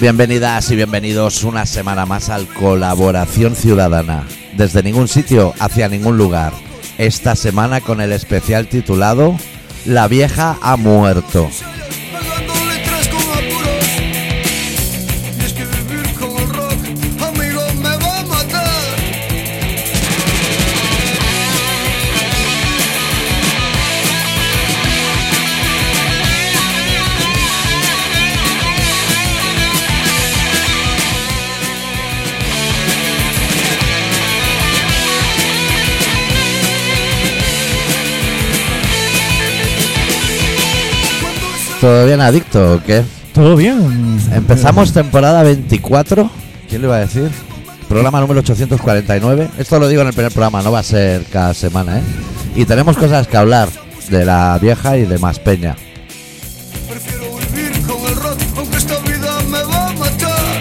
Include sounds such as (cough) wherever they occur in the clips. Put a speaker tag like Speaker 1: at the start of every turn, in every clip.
Speaker 1: bienvenidas y bienvenidos una semana más al Colaboración Ciudadana. Desde ningún sitio hacia ningún lugar. Esta semana con el especial titulado La vieja ha muerto.
Speaker 2: Pagando letras con apuros Y es que vivir con el rock Amigo me va a matar Cuando se
Speaker 1: ¿Todo bien adicto o qué?
Speaker 3: Todo bien.
Speaker 1: Empezamos temporada 24. ¿Quién le iba a decir? Programa número 849. Esto lo digo en el primer programa, no va a ser cada semana, ¿eh? Y tenemos cosas que hablar de la vieja y de más peña.
Speaker 2: Prefiero vivir con el rock Aunque esta vida me va a matar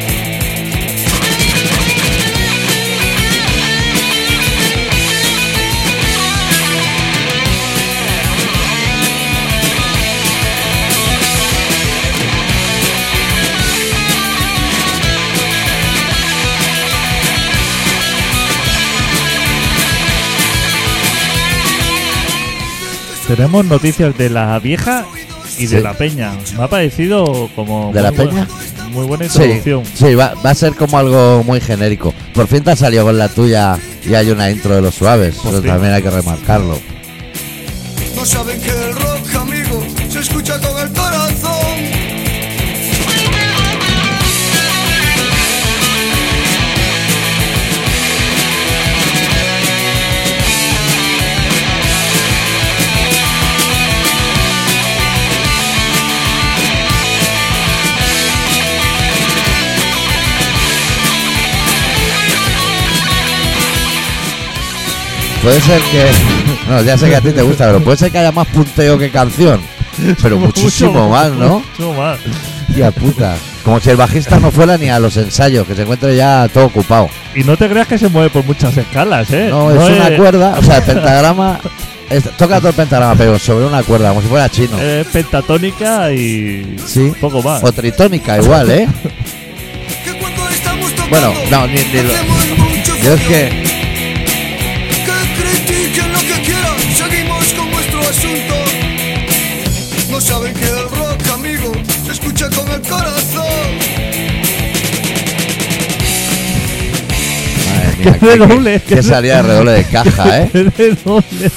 Speaker 3: Tenemos noticias de la vieja y de
Speaker 1: Sí.
Speaker 3: la peña. Me ha parecido como.
Speaker 1: ¿De la
Speaker 3: muy buena- Muy buena introducción.
Speaker 1: sí va, va a ser como algo muy genérico. Por fin te ha salido con la tuya y hay una intro de los suaves.
Speaker 3: Por
Speaker 1: Eso
Speaker 3: fin.
Speaker 1: también hay que remarcarlo.
Speaker 2: No saben que el rock amigo Se escucha con el corazón
Speaker 1: Puede ser que. No, ya sé que a ti te gusta, pero puede ser que haya más punteo que canción. Pero muchísimo
Speaker 3: Mucho-
Speaker 1: más, ¿no?
Speaker 3: Mucho más.
Speaker 1: Tía puta. Como si el bajista no fuera ni a los ensayos, que se encuentre ya todo ocupado.
Speaker 3: Y no te creas que se mueve por muchas escalas, ¿eh?
Speaker 1: No, es una
Speaker 3: es-
Speaker 1: cuerda, o sea, el pentagrama. es- toca todo el pentagrama, pero sobre una cuerda, como si fuera chino.
Speaker 3: Es pentatónica y.
Speaker 1: Sí.
Speaker 3: Eh, Poco más.
Speaker 1: O tritónica, igual, ¿eh?
Speaker 2: Que cuando estamos tocando
Speaker 1: Bueno, no, ni- ni lo-
Speaker 2: Hacemos mucho
Speaker 1: Yo es
Speaker 2: frío.
Speaker 1: que.
Speaker 2: Que critiquen lo que quieran, seguimos con nuestro asunto. No saben que el rock, amigo, se escucha con el corazón.
Speaker 1: (laughs) Madre
Speaker 3: Que
Speaker 1: mía,
Speaker 3: es de doble, que
Speaker 1: que
Speaker 3: es-
Speaker 1: salía de redoble de caja, ¿eh?
Speaker 3: Es (laughs) de doble.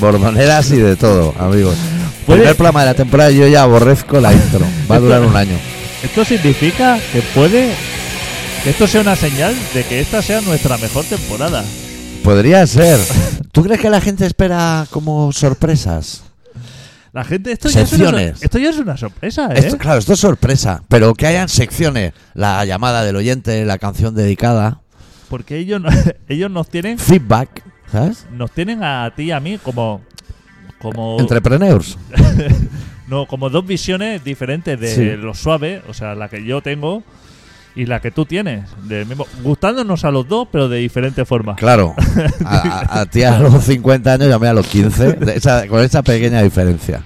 Speaker 1: Bordoneras y de todo, amigos.
Speaker 3: Puede-
Speaker 1: Primer programa de la temporada yo ya aborrezco la intro. Va a durar un año.
Speaker 3: Esto significa que puede. Que esto sea una señal de que esta sea nuestra mejor temporada.
Speaker 1: Podría ser. ¿Tú crees que la gente espera como sorpresas?
Speaker 3: La gente, esto ya, es una,
Speaker 1: Secciones.
Speaker 3: esto ya es una sorpresa, ¿eh?
Speaker 1: Esto- claro, esto es sorpresa, pero que hayan secciones. La llamada del oyente, la canción dedicada,
Speaker 3: Porque ellos, no- (laughs) ellos nos tienen
Speaker 1: feedback, ¿sabes?
Speaker 3: nos tienen a ti y a mí como como
Speaker 1: Entrepreneurs.
Speaker 3: no como dos visiones diferentes de
Speaker 1: Sí.
Speaker 3: lo suave o sea la que yo tengo y la que tú tienes del mismo gustándonos a los dos pero de diferentes formas (laughs)
Speaker 1: Claro. A, a- a ti a los 50 años y a mí a los 15, de esa- con esa pequeña
Speaker 3: (laughs)
Speaker 1: diferencia.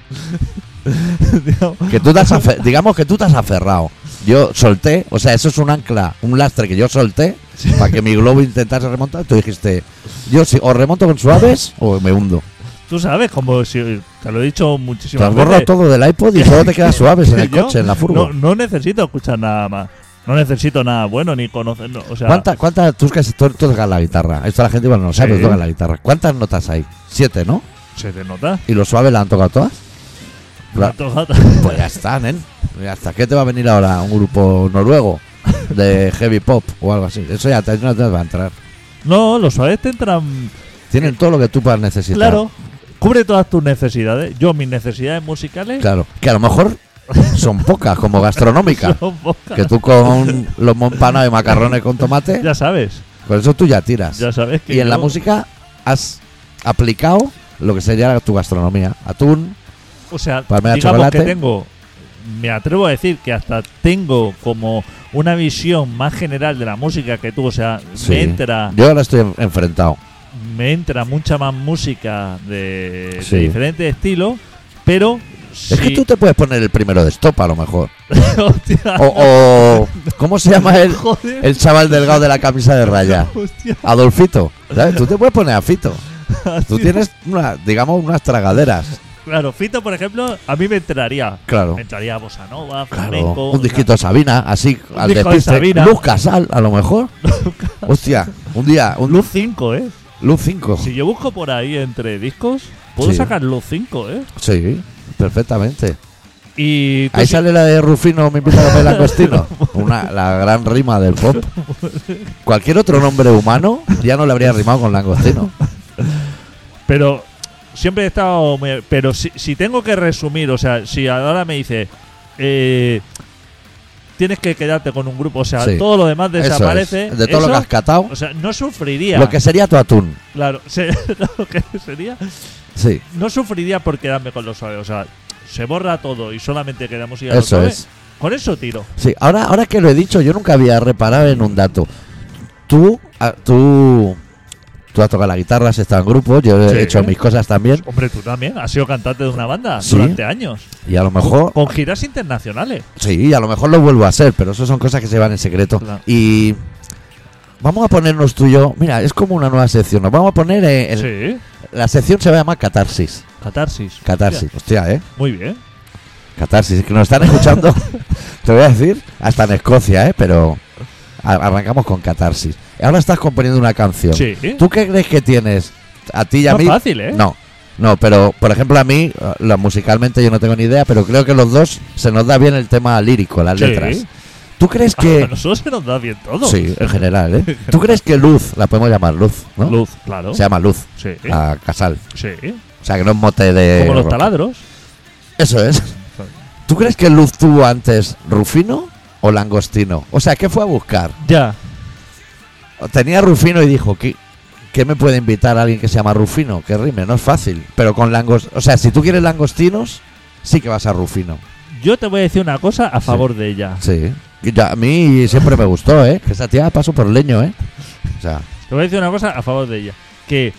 Speaker 3: Tío,
Speaker 1: Que tú te has afe- digamos que tú te has aferrado. Yo solté, o sea, eso es un ancla, un lastre que yo solté para que mi globo intentase remontar. Tú dijiste, yo si o remonto con suaves o me hundo.
Speaker 3: tú sabes como si te lo he dicho
Speaker 1: Te
Speaker 3: muchísimas
Speaker 1: has borrado
Speaker 3: veces,
Speaker 1: todo del iPod y todo te queda
Speaker 3: (laughs)
Speaker 1: suaves en el
Speaker 3: yo
Speaker 1: coche, en la furgo.
Speaker 3: no, no necesito escuchar nada más no necesito nada bueno ni conocer no, o sea
Speaker 1: ¿Cuántas, cuántas, tú, casi to- tú tocas la guitarra? Esto la gente, bueno, no sabe,
Speaker 3: Sí.
Speaker 1: toca la guitarra. ¿Cuántas notas hay? Siete, ¿no?
Speaker 3: se te nota
Speaker 1: ¿Y los suaves la han tocado todas? Claro. Pues ya están, ¿eh? ¿Y ¿Hasta qué te va a venir ahora un grupo noruego de heavy pop o algo así? Eso ya te, no te va a entrar.
Speaker 3: (laughs) no los suaves te entran
Speaker 1: Tienen todo lo que tú puedas necesitar.
Speaker 3: claro cubre todas tus necesidades yo mis necesidades musicales
Speaker 1: Claro. Que a lo mejor son pocas, como
Speaker 3: (laughs)
Speaker 1: gastronómicas.
Speaker 3: son pocas.
Speaker 1: Que tú con los mompanados y macarrones con tomate,
Speaker 3: Ya sabes,
Speaker 1: con eso tú ya tiras.
Speaker 3: ya sabes que
Speaker 1: Y en la
Speaker 3: yo-
Speaker 1: música has aplicado lo que sería tu gastronomía. Atún,
Speaker 3: o sea,
Speaker 1: palmera
Speaker 3: digamos
Speaker 1: de chocolate.
Speaker 3: que tengo, me atrevo a decir que hasta tengo como una visión más general de la música que tú, o sea,
Speaker 1: Sí.
Speaker 3: me entra,
Speaker 1: Yo ahora estoy en- enfrentado.
Speaker 3: me entra mucha más música de, de
Speaker 1: Sí.
Speaker 3: diferentes estilos, pero
Speaker 1: Es que
Speaker 3: sí. (laughs)
Speaker 1: tú te puedes poner el primero de estopa, a lo mejor.
Speaker 3: Hostia.
Speaker 1: O, o- ¿Cómo se llama el,
Speaker 3: (laughs) Joder.
Speaker 1: el chaval delgado de la camisa de raya?
Speaker 3: Hostia.
Speaker 1: Adolfito. ¿sabes? Tú te puedes poner a Fito. Tú
Speaker 3: Así-
Speaker 1: tienes, una, digamos, unas tragaderas.
Speaker 3: Claro, Fito, por ejemplo, a mí me entraría.
Speaker 1: Claro.
Speaker 3: Me entraría Bossa Nova,
Speaker 1: Claro.
Speaker 3: flamenco,
Speaker 1: Un disquito de Sabina, así,
Speaker 3: Un
Speaker 1: al
Speaker 3: disco de
Speaker 1: despiste.
Speaker 3: Sabina.
Speaker 1: Luz Casal, a lo
Speaker 3: (laughs)
Speaker 1: mejor. Hostia, un día,
Speaker 3: una-
Speaker 1: un
Speaker 3: Luz 5, ¿eh?
Speaker 1: Luz 5.
Speaker 3: Si yo busco por ahí entre discos, puedo
Speaker 1: Sí.
Speaker 3: sacar Luz 5, ¿eh?
Speaker 1: Sí, perfectamente. Ahí
Speaker 3: Y pues tú Pues sí-
Speaker 1: sale la de Rufino, me invita a
Speaker 3: (laughs)
Speaker 1: comer langostino. Una, la gran rima del pop. Cualquier otro nombre humano ya no le habría rimado con langostino.
Speaker 3: Pero siempre he estado. muy- pero si, si tengo que resumir, o sea, si ahora me dice. eh, tienes que quedarte con un grupo, o sea,
Speaker 1: Sí.
Speaker 3: todo lo demás
Speaker 1: Eso es.
Speaker 3: desaparece.
Speaker 1: De todo lo
Speaker 3: eso,
Speaker 1: que has catado,
Speaker 3: O sea, no sufriría.
Speaker 1: lo que sería tu atún.
Speaker 3: Claro, (laughs) se- lo que sería.
Speaker 1: Sí,
Speaker 3: No sufriría por quedarme con los suaves, o sea, se borra todo y solamente queda música de los
Speaker 1: eso
Speaker 3: suaves.
Speaker 1: es.
Speaker 3: Con eso tiro.
Speaker 1: Sí, ahora, ahora que lo he dicho, yo nunca había reparado en un dato. Tú, ah, tú, tú has tocado la guitarra, has estado en grupos, yo he
Speaker 3: Sí.
Speaker 1: hecho mis cosas también.
Speaker 3: Hombre, tú también has sido cantante de una banda
Speaker 1: Sí.
Speaker 3: durante años.
Speaker 1: Y a lo mejor,
Speaker 3: Con giras internacionales.
Speaker 1: sí, a lo mejor lo vuelvo a hacer, pero eso son cosas que se van en secreto.
Speaker 3: Claro.
Speaker 1: Y vamos a ponernos tú y yo, mira, es como una nueva sección, nos vamos a poner eh, en-
Speaker 3: Sí.
Speaker 1: La sección se va a llamar Catarsis.
Speaker 3: Catarsis.
Speaker 1: Catarsis, hostia, ¿eh?
Speaker 3: Hostia, muy bien.
Speaker 1: Catarsis, es que nos están escuchando,
Speaker 3: (laughs)
Speaker 1: te voy a decir, hasta en Escocia, ¿eh? Pero a- arrancamos con Catarsis. Ahora estás componiendo una canción.
Speaker 3: Sí.
Speaker 1: ¿Tú qué crees que tienes? A ti y a
Speaker 3: No
Speaker 1: mí.
Speaker 3: es fácil, ¿eh?
Speaker 1: No, no, pero por ejemplo a mí, eh, lo- musicalmente yo no tengo ni idea, pero creo que los dos se nos da bien el tema lírico, las
Speaker 3: Sí. Ah,
Speaker 1: letras. ¿Tú crees
Speaker 3: A
Speaker 1: que.
Speaker 3: nosotros se nos da bien todo.
Speaker 1: sí, en general, ¿eh? ¿Tú crees que Luz, la podemos llamar Luz, ¿no?
Speaker 3: Luz, claro.
Speaker 1: Se llama Luz,
Speaker 3: sí.
Speaker 1: a Casal.
Speaker 3: sí.
Speaker 1: O sea, que no es mote de.
Speaker 3: Como los
Speaker 1: rock.
Speaker 3: taladros.
Speaker 1: Eso es. ¿Tú crees que Luz tuvo antes Rufino o Langostino? O sea, ¿qué fue a buscar?
Speaker 3: Ya.
Speaker 1: Tenía Rufino y dijo, ¿qué, qué me puede invitar alguien que se llama Rufino? Que rime, no es fácil. Pero con langostinos... O sea, si tú quieres langostinos, sí que vas a Rufino.
Speaker 3: Yo te voy a decir una cosa a favor de ella.
Speaker 1: Sí. Y ya- a mí siempre me gustó, ¿eh? Que esa tía paso por leño, ¿eh? O sea,
Speaker 3: Te voy a decir una cosa a favor de ella. Que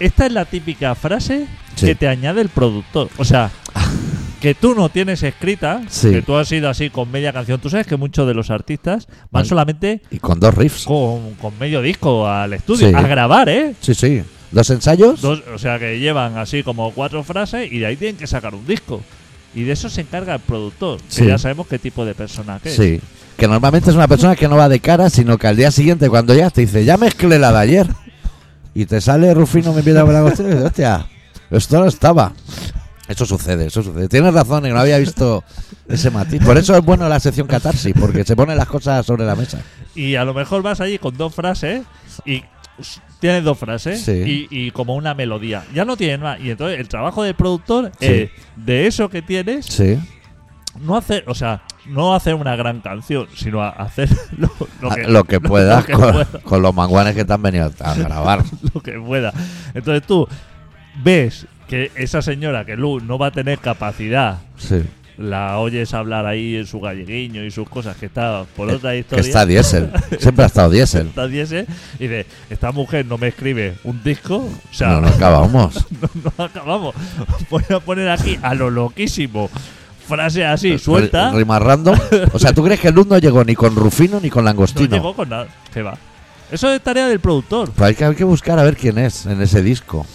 Speaker 3: esta es la típica frase
Speaker 1: Sí.
Speaker 3: que te añade el productor.
Speaker 1: (laughs)
Speaker 3: O sea, que tú no tienes escrita,
Speaker 1: Sí.
Speaker 3: que tú has ido así con media canción. Tú sabes que muchos de los artistas van
Speaker 1: Vale.
Speaker 3: solamente
Speaker 1: y con dos riffs.
Speaker 3: con, con medio disco al estudio
Speaker 1: Sí.
Speaker 3: a grabar, ¿eh?
Speaker 1: Sí, sí. ¿Dos ensayos?
Speaker 3: Dos- o sea, que llevan así como cuatro frases y de ahí tienen que sacar un disco. Y de eso se encarga el productor,
Speaker 1: Sí.
Speaker 3: que ya sabemos qué tipo de persona que es.
Speaker 1: Sí. Que normalmente es una persona que no va de cara, sino que al día siguiente, cuando ya te dice, ya mezclé la de ayer. Y te sale Rufino, me empieza a hablar contigo y dices, hostia, esto no estaba. Eso sucede, eso sucede. Tienes razón, y no había visto ese matiz. Por eso es bueno la sección catarsis, porque se ponen las cosas sobre la mesa.
Speaker 3: Y a lo mejor vas allí con dos frases y s- tienes dos frases
Speaker 1: Sí.
Speaker 3: y, y como una melodía. Ya no tienes más. Y entonces el trabajo del productor
Speaker 1: Sí.
Speaker 3: es de eso que tienes,
Speaker 1: Sí.
Speaker 3: no hacer, o sea, no hacer una gran canción, sino a hacer (laughs) lo, (laughs) lo
Speaker 1: Ah,
Speaker 3: que,
Speaker 1: Lo que puedas
Speaker 3: que
Speaker 1: con,
Speaker 3: pueda.
Speaker 1: con los manguanes que te han venido a grabar.
Speaker 3: (laughs) lo que pueda. Entonces tú ves que esa señora que Lu no va a tener capacidad
Speaker 1: Sí.
Speaker 3: la oyes hablar ahí en su galleguiño y sus cosas que está por otra
Speaker 1: Eh, Que
Speaker 3: historia.
Speaker 1: está
Speaker 3: (laughs)
Speaker 1: diésel. Siempre ha estado diésel.
Speaker 3: está diésel, y dice, esta mujer no me escribe un disco, o sea,
Speaker 1: No nos acabamos.
Speaker 3: (laughs) no acabamos. (laughs) Voy a poner aquí a lo loquísimo frase así, suelta,
Speaker 1: R- Rima random. O sea, ¿tú crees que el no llegó ni con Rufino ni con
Speaker 3: no
Speaker 1: Langostino?
Speaker 3: llegó con nada. Se va. Eso es tarea del productor.
Speaker 1: Pues hay que, hay que buscar a ver quién es en ese disco.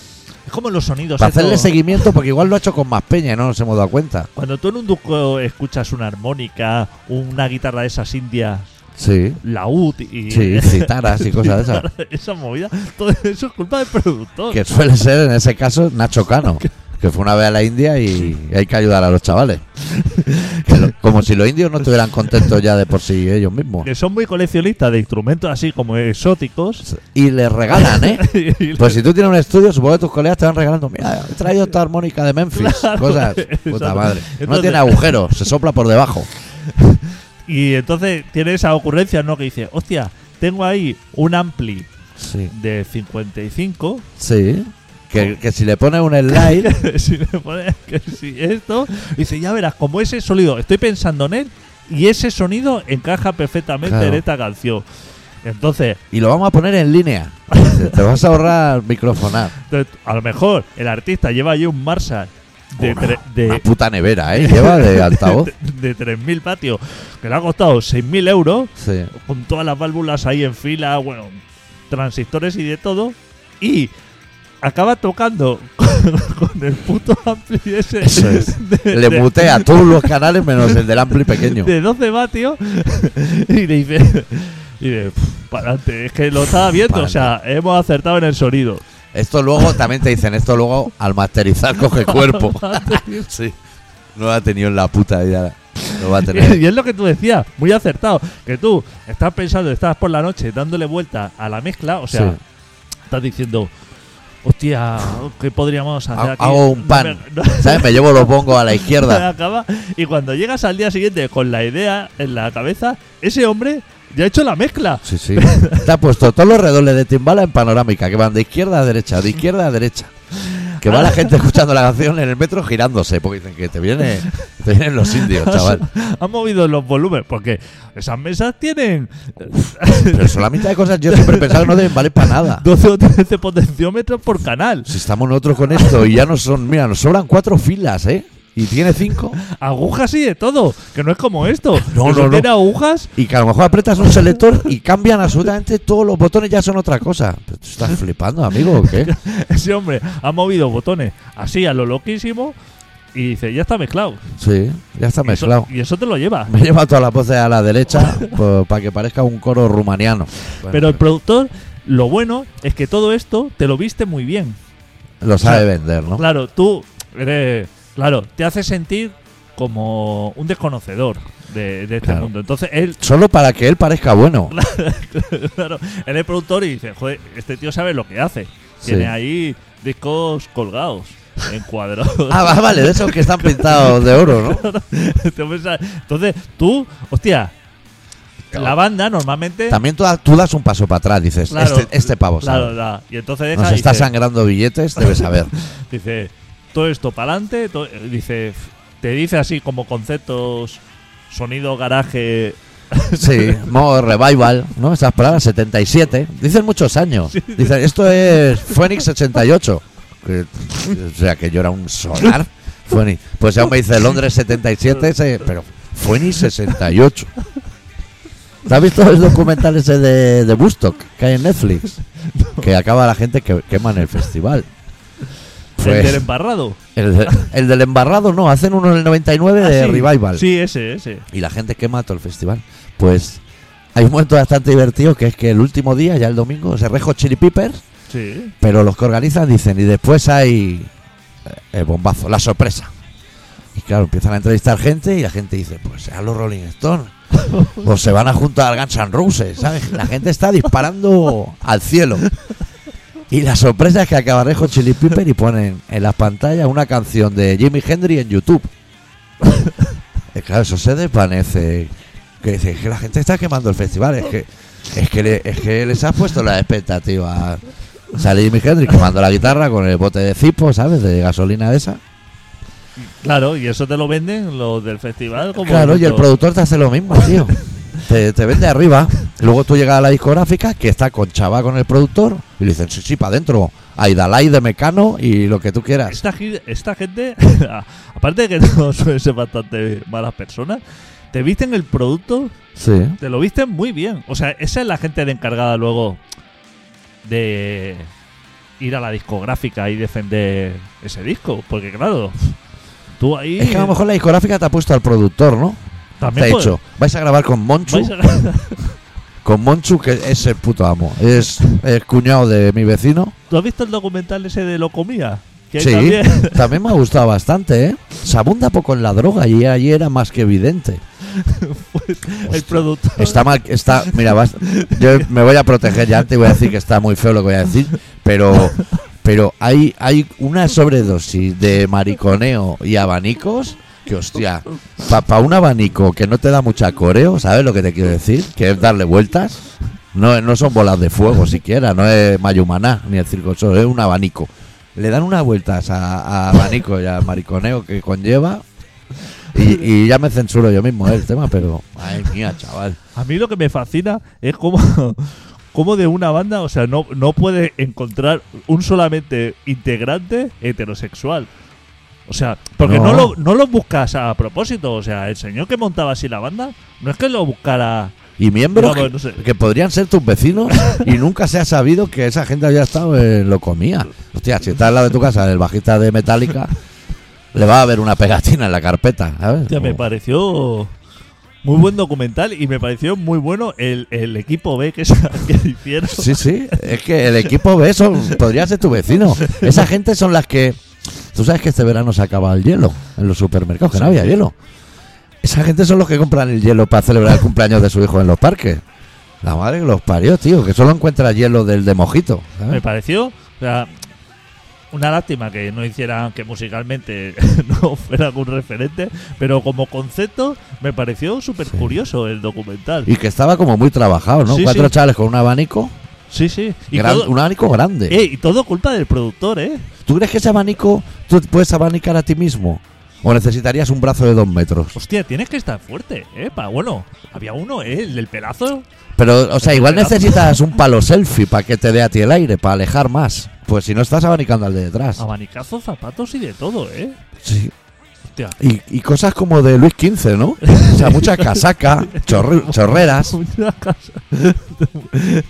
Speaker 3: Es como los sonidos.
Speaker 1: Para
Speaker 3: estos.
Speaker 1: hacerle seguimiento, porque igual lo ha hecho con más peña y no nos hemos dado cuenta.
Speaker 3: Cuando tú en un disco escuchas una armónica, una guitarra de esas indias,
Speaker 1: Sí.
Speaker 3: laúd y (laughs)
Speaker 1: Sí, citaras y cosas de esas.
Speaker 3: esa movida, todo eso es culpa del productor.
Speaker 1: Que suele ser, en ese caso, Nacho Cano. Que fue una vez a la India y hay que ayudar a los chavales. Que lo- como si los indios no estuvieran contentos ya de por sí ellos
Speaker 3: (laughs)
Speaker 1: mismos.
Speaker 3: que son muy coleccionistas de instrumentos así como exóticos. (laughs)
Speaker 1: Y les regalan, ¿eh?
Speaker 3: Y le-
Speaker 1: Pues si tú tienes un estudio, supongo que tus colegas te van regalando. Mira, he traído esta armónica de Memphis.
Speaker 3: Claro, (laughs)
Speaker 1: cosas. Puta
Speaker 3: exacto.
Speaker 1: madre. No
Speaker 3: Entonces-
Speaker 1: tiene agujero, se sopla por debajo.
Speaker 3: y entonces tiene esa ocurrencia, ¿no? Que dice, hostia, tengo ahí un ampli
Speaker 1: Sí.
Speaker 3: de 55.
Speaker 1: Sí. Que, que si le pones un slide.
Speaker 3: (laughs) si le pones que si esto, dice, ya verás, como ese sonido, estoy pensando en él y ese sonido encaja perfectamente
Speaker 1: Claro.
Speaker 3: en esta canción. Entonces,
Speaker 1: Y lo vamos a poner en línea. Dice, Te vas a ahorrar microfonar.
Speaker 3: entonces, a lo mejor el artista lleva allí un Marshall de, tre- de-
Speaker 1: Una puta nevera, ¿eh? Lleva de altavoz.
Speaker 3: (laughs) de 3.000 patios, que le ha costado 6.000 euros,
Speaker 1: Sí.
Speaker 3: con todas las válvulas ahí en fila, bueno, transistores y de todo, y acaba tocando (laughs) con, con el puto ampli ese
Speaker 1: Eso es.
Speaker 3: de-
Speaker 1: Le
Speaker 3: de-
Speaker 1: mutea todos los canales menos el del ampli pequeño.
Speaker 3: de 12 vatios (laughs) y le dice, y dice para adelante, es que lo estaba viendo, o sea, hemos acertado en el sonido.
Speaker 1: Esto luego, también te dicen, esto luego al masterizar coge
Speaker 3: (laughs)
Speaker 1: cuerpo. sí. No lo ha tenido en la puta vida. No va a tener.
Speaker 3: (laughs) Y es lo que tú decías, muy acertado, que tú estás pensando, estás por la noche dándole vuelta a la mezcla, o sea,
Speaker 1: Sí.
Speaker 3: estás diciendo, hostia, ¿qué podríamos hacer
Speaker 1: Ha-
Speaker 3: aquí?
Speaker 1: Hago un
Speaker 3: No
Speaker 1: pan.
Speaker 3: me- (laughs)
Speaker 1: (laughs)
Speaker 3: no-
Speaker 1: ¿Sabes? Me llevo los bongos a la izquierda.
Speaker 3: (laughs) acaba, y cuando llegas al día siguiente con la idea en la cabeza, ese hombre ya ha hecho la mezcla.
Speaker 1: Sí, sí. Te ha puesto todos los redobles de timbala en panorámica, que van de izquierda a derecha, de izquierda a derecha. Que va la
Speaker 3: Ah.
Speaker 1: gente escuchando la canción en el metro girándose, porque dicen que te, viene, te vienen los
Speaker 3: (laughs)
Speaker 1: indios, chaval.
Speaker 3: Han movido los volúmenes, porque esas mesas tienen
Speaker 1: Pero son la mitad de cosas yo siempre he pensado que no deben valer para nada.
Speaker 3: 12 o 13 potenciómetros por canal.
Speaker 1: Si estamos nosotros con esto y ya nos son, mira, nos sobran cuatro filas, ¿eh? Y tiene cinco.
Speaker 3: Agujas y de todo, que no es como esto.
Speaker 1: No,
Speaker 3: que
Speaker 1: no,
Speaker 3: solo
Speaker 1: no.
Speaker 3: tiene agujas
Speaker 1: Y que a lo mejor apretas un selector y cambian absolutamente todos los botones, ya son otra cosa. Pero tú estás flipando, amigo, ¿o
Speaker 3: (laughs)
Speaker 1: qué?
Speaker 3: Ese hombre ha movido botones así a lo loquísimo y dice, ya está mezclado.
Speaker 1: Sí, ya está
Speaker 3: Y eso-
Speaker 1: mezclado.
Speaker 3: Y eso te lo lleva.
Speaker 1: Me lleva todas las voces a la derecha pues, para que parezca un coro rumaniano.
Speaker 3: Pero el productor, lo bueno es que todo esto te lo viste muy bien.
Speaker 1: Lo sabe vender, ¿no?
Speaker 3: Claro, tú eres. Claro, te hace sentir como un desconocedor de, de este
Speaker 1: Claro.
Speaker 3: mundo. Entonces él, (laughs)
Speaker 1: Solo para que él parezca bueno.
Speaker 3: claro, él es productor y dice: Joder, este tío sabe lo que hace.
Speaker 1: Sí.
Speaker 3: Tiene ahí discos colgados, encuadrados.
Speaker 1: (laughs) Ah, va- vale, de esos que están pintados de oro, ¿no?
Speaker 3: Te pensas- Entonces tú, hostia, la banda normalmente.
Speaker 1: También tú, da- tú das un paso para atrás, dices,
Speaker 3: Claro,
Speaker 1: este, este pavo
Speaker 3: Claro,
Speaker 1: sabe.
Speaker 3: da. Y entonces deja
Speaker 1: Nos
Speaker 3: y
Speaker 1: está
Speaker 3: dice,
Speaker 1: sangrando billetes, debe saber.
Speaker 3: dice, todo esto para adelante, dice, te dice así como conceptos, sonido, garaje, (laughs)
Speaker 1: Sí, modo revival, ¿no? Esas palabras, 77. Dicen muchos años. Dicen, esto es Phoenix 88. Que- o sea, que yo era un solar. Phoenix. Pues ya me dice Londres 77, ese- pero Phoenix 68. ¿Te has visto el documental ese de, de Bustock que hay en Netflix? Que acaba la gente que quema en el festival.
Speaker 3: el
Speaker 1: Pues,
Speaker 3: del embarrado.
Speaker 1: el, de- el del embarrado no, hacen uno en el 99 de
Speaker 3: Ah, sí.
Speaker 1: Revival
Speaker 3: Sí, ese, ese.
Speaker 1: y la gente quema todo el festival. Pues hay un momento bastante divertido que es que el último día, ya el domingo, se rejo Chili Peppers,
Speaker 3: Sí.
Speaker 1: pero los que organizan dicen, y después hay eh, el bombazo, la sorpresa. Y claro, empiezan a entrevistar gente y la gente dice, pues a los Rolling Stones. O se van a juntar al Guns N' Roses, ¿sabes? La gente está disparando al cielo. Y la sorpresa es que acabaré con Chili Pepper y ponen en las pantallas una canción de Jimi Hendrix en YouTube. Eh, claro, eso se desvanece. Que dice, "Es que la gente está quemando el festival, es que es que, le- es que les has puesto las expectativas. Sale Jimi Hendrix quemando la guitarra con el bote de cipo, ¿sabes? De gasolina de esa.
Speaker 3: Claro, y eso te lo venden los del festival. Como
Speaker 1: Claro, y el
Speaker 3: bonito.
Speaker 1: productor te hace lo mismo,
Speaker 3: (laughs)
Speaker 1: tío. Te, te vende arriba. Luego tú llegas a la discográfica que está con Chava con el productor y le dicen, sí, sí, para adentro. Aidalai de Mecano y lo que tú quieras.
Speaker 3: Esta, gi- esta gente, (laughs) aparte de que (laughs) no suelen ser bastante malas personas, te visten el producto
Speaker 1: Sí.
Speaker 3: Te lo visten muy bien. O sea, esa es la gente de encargada luego de ir a la discográfica y defender ese disco. Porque claro, tú ahí
Speaker 1: Es que a lo mejor la discográfica te ha puesto al productor, ¿no? Te
Speaker 3: también
Speaker 1: ha
Speaker 3: puedes-
Speaker 1: dicho, vais a grabar con Monchu.
Speaker 3: vais a- (laughs)
Speaker 1: Con Monchu, que es el puto amo. Es el cuñado de mi vecino.
Speaker 3: ¿Tú has visto el documental ese de Locomía? Que hay
Speaker 1: sí,
Speaker 3: también. (laughs)
Speaker 1: también me ha gustado bastante, ¿eh? Se abunda poco en la droga y allí era más que evidente.
Speaker 3: el productor.
Speaker 1: Está mal, está, mira, vas- yo me voy a proteger ya antes y voy a decir que está muy feo lo que voy a decir, pero pero hay hay una sobredosis de mariconeo y abanicos que hostia, para un abanico que no te da mucha coreo, ¿sabes lo que te quiero decir? Que es darle vueltas. No, no son bolas de fuego siquiera, no es Mayumaná ni el circo, Sol, es un abanico. Le dan unas vueltas a, a abanico y al mariconeo que conlleva. Y, y ya me censuro yo mismo eh, el tema, pero. Ay mía, chaval.
Speaker 3: A mí lo que me fascina es cómo, (laughs) cómo de una banda, o sea, no, no puede encontrar un solamente integrante heterosexual. O sea, porque no,
Speaker 1: No.
Speaker 3: lo, no lo buscas a propósito. O sea, el señor que montaba así la banda, no es que lo buscara.
Speaker 1: Y miembros
Speaker 3: Vamos,
Speaker 1: que,
Speaker 3: no sé.
Speaker 1: que podrían ser tus
Speaker 3: (laughs)
Speaker 1: vecinos y nunca se ha sabido que esa gente había estado en lo comía. Hostia, si está al lado de tu casa el bajista de Metallica, le va a haber una pegatina en la carpeta, ¿sabes?
Speaker 3: Hostia, me
Speaker 1: Como-
Speaker 3: pareció muy buen documental y me pareció muy bueno el, el equipo B que, (laughs) sa- que hicieron.
Speaker 1: Sí, sí, es que el equipo B son, podría ser tu vecino.
Speaker 3: (laughs)
Speaker 1: Esa gente son las que. Tú sabes que este verano se acaba el hielo en los supermercados, que no había hielo. Esa gente son los que compran el hielo para celebrar el cumpleaños de su hijo en los parques. La madre que los parió, tío, que solo encuentra hielo del de mojito. ¿sabes?
Speaker 3: Me pareció. o sea, una lástima que no hicieran que musicalmente (laughs) no fuera algún referente, pero como concepto me pareció súper curioso el documental.
Speaker 1: Y que estaba como muy trabajado, ¿no?
Speaker 3: Sí,
Speaker 1: Cuatro
Speaker 3: sí.
Speaker 1: chavales con un abanico,
Speaker 3: sí, sí. Y,
Speaker 1: gran-
Speaker 3: todo,
Speaker 1: un abanico grande.
Speaker 3: eh, y todo culpa del productor, ¿eh?
Speaker 1: ¿Tú crees que ese abanico tú puedes abanicar a ti mismo? ¿O necesitarías un brazo de dos metros?
Speaker 3: Hostia, tienes que estar fuerte, ¿eh? Pa, bueno, había uno, ¿eh? El del pelazo.
Speaker 1: Pero, o sea, igual
Speaker 3: Pero-
Speaker 1: necesitas un palo selfie para que te dé a ti el aire, para alejar más. Pues si no estás abanicando al de detrás.
Speaker 3: Ah, Abanicazo, zapatos y de todo, ¿eh? (laughs)
Speaker 1: Sí.
Speaker 3: Hostia.
Speaker 1: Y, y cosas como de Luis XV, ¿no? O sea, muchas casacas, chorre- chorreras.
Speaker 3: Una casa. (laughs)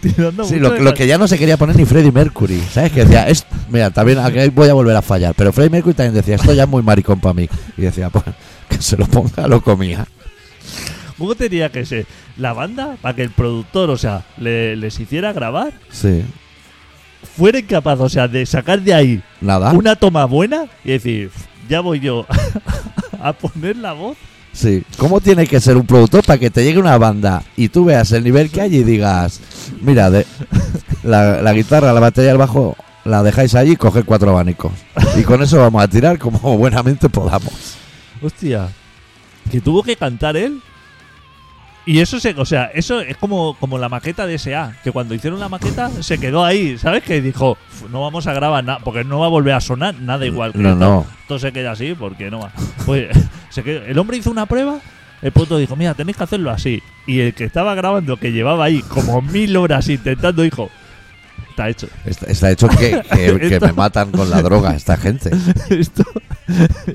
Speaker 3: Tirando
Speaker 1: Sí,
Speaker 3: mucho
Speaker 1: lo,
Speaker 3: de
Speaker 1: lo
Speaker 3: ca-
Speaker 1: que ya no se quería poner ni Freddie Mercury, ¿sabes? Que decía, es, mira, también aquí voy a volver a fallar. Pero Freddie Mercury también decía, esto ya es muy maricón para mí. Y decía, pues, que se lo ponga, lo comía.
Speaker 3: ¿Cómo tenía que ser la banda para que el productor, o sea, le- les hiciera grabar?
Speaker 1: Sí.
Speaker 3: Fuera incapaz, o sea, de sacar de ahí
Speaker 1: Nada.
Speaker 3: una toma buena y decir, ya voy yo (laughs) a poner la voz.
Speaker 1: Sí. ¿Cómo tiene que ser un productor para que te llegue una banda y tú veas el nivel que hay y digas, mira, de, la, la guitarra, la batería, el bajo, la dejáis allí y coged cuatro abanicos. Y con eso vamos a tirar como buenamente podamos.
Speaker 3: Hostia, que tuvo que cantar él. Y eso se, o sea, eso es como, como la maqueta de SA, que cuando hicieron la maqueta se quedó ahí, ¿sabes? Que dijo, "Uf, no vamos a grabar nada, porque no va a volver a sonar nada igual. que
Speaker 1: No,
Speaker 3: esto".
Speaker 1: no.
Speaker 3: Esto se queda así porque no va. Pues (laughs) se quedó- el hombre hizo una prueba, el puto dijo, mira, tenéis que hacerlo así. Y el que estaba grabando, que llevaba ahí como mil horas intentando, dijo, está hecho. (laughs)
Speaker 1: Está, está hecho que, que- que
Speaker 3: Esto-
Speaker 1: me matan con la droga esta gente.
Speaker 3: Esto,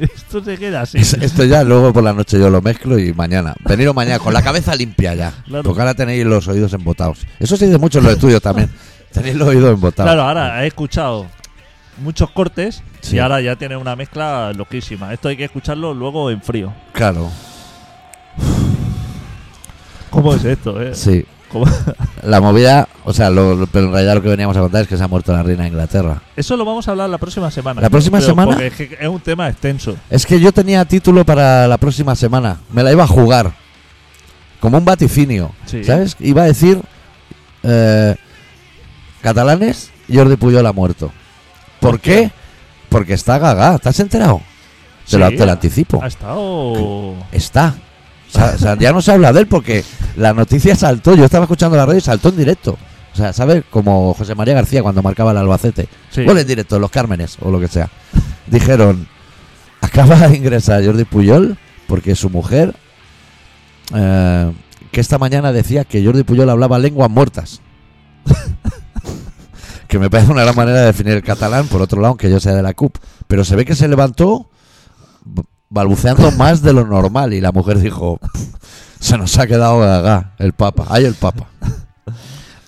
Speaker 3: esto se queda así. (laughs)
Speaker 1: Es- Esto ya luego por la noche yo lo mezclo y mañana. Veniros mañana con la cabeza limpia ya.
Speaker 3: Claro.
Speaker 1: Porque ahora tenéis los oídos embotados. Eso se dice mucho en los estudios también. Tenéis los oídos embotados.
Speaker 3: Claro, ahora he escuchado muchos cortes
Speaker 1: Sí.
Speaker 3: y ahora ya tiene una mezcla loquísima. Esto hay que escucharlo luego en frío.
Speaker 1: Claro.
Speaker 3: (laughs) ¿Cómo es esto? eh?
Speaker 1: Sí.
Speaker 3: ¿Cómo?
Speaker 1: La movida, o sea, lo, lo- pero en realidad lo que veníamos a contar es que se ha muerto la reina de Inglaterra.
Speaker 3: (laughs) Eso lo vamos a hablar la próxima semana.
Speaker 1: ¿La próxima
Speaker 3: Pero
Speaker 1: semana?
Speaker 3: Porque es, que es un tema extenso.
Speaker 1: Es que yo tenía título para la próxima semana. Me la iba a jugar. Como un vaticinio.
Speaker 3: Sí.
Speaker 1: ¿Sabes? Iba a decir. eh, catalanes, Jordi Puyol ha muerto. ¿Por qué? Porque está gaga. ¿Estás enterado? Te, lo,
Speaker 3: Sí,
Speaker 1: te lo
Speaker 3: ha-
Speaker 1: anticipo.
Speaker 3: Ha estado.
Speaker 1: Está. O sea, o sea, ya no se habla de él porque la noticia saltó. Yo estaba escuchando la radio y saltó en directo. O sea, ¿sabes? Como José María García cuando marcaba el Albacete.
Speaker 3: Sí.
Speaker 1: Gol en directo, los Cármenes o lo que sea. (laughs) Dijeron, acaba de ingresar Jordi Puyol porque su mujer, eh, que esta mañana decía que Jordi Puyol hablaba lenguas muertas. (laughs) que me parece una gran manera de definir el catalán, por otro lado, aunque yo sea de la CUP. Pero se ve que se levantó b- balbuceando más de lo normal y la mujer dijo, se nos ha quedado gaga el papa, hay el papa.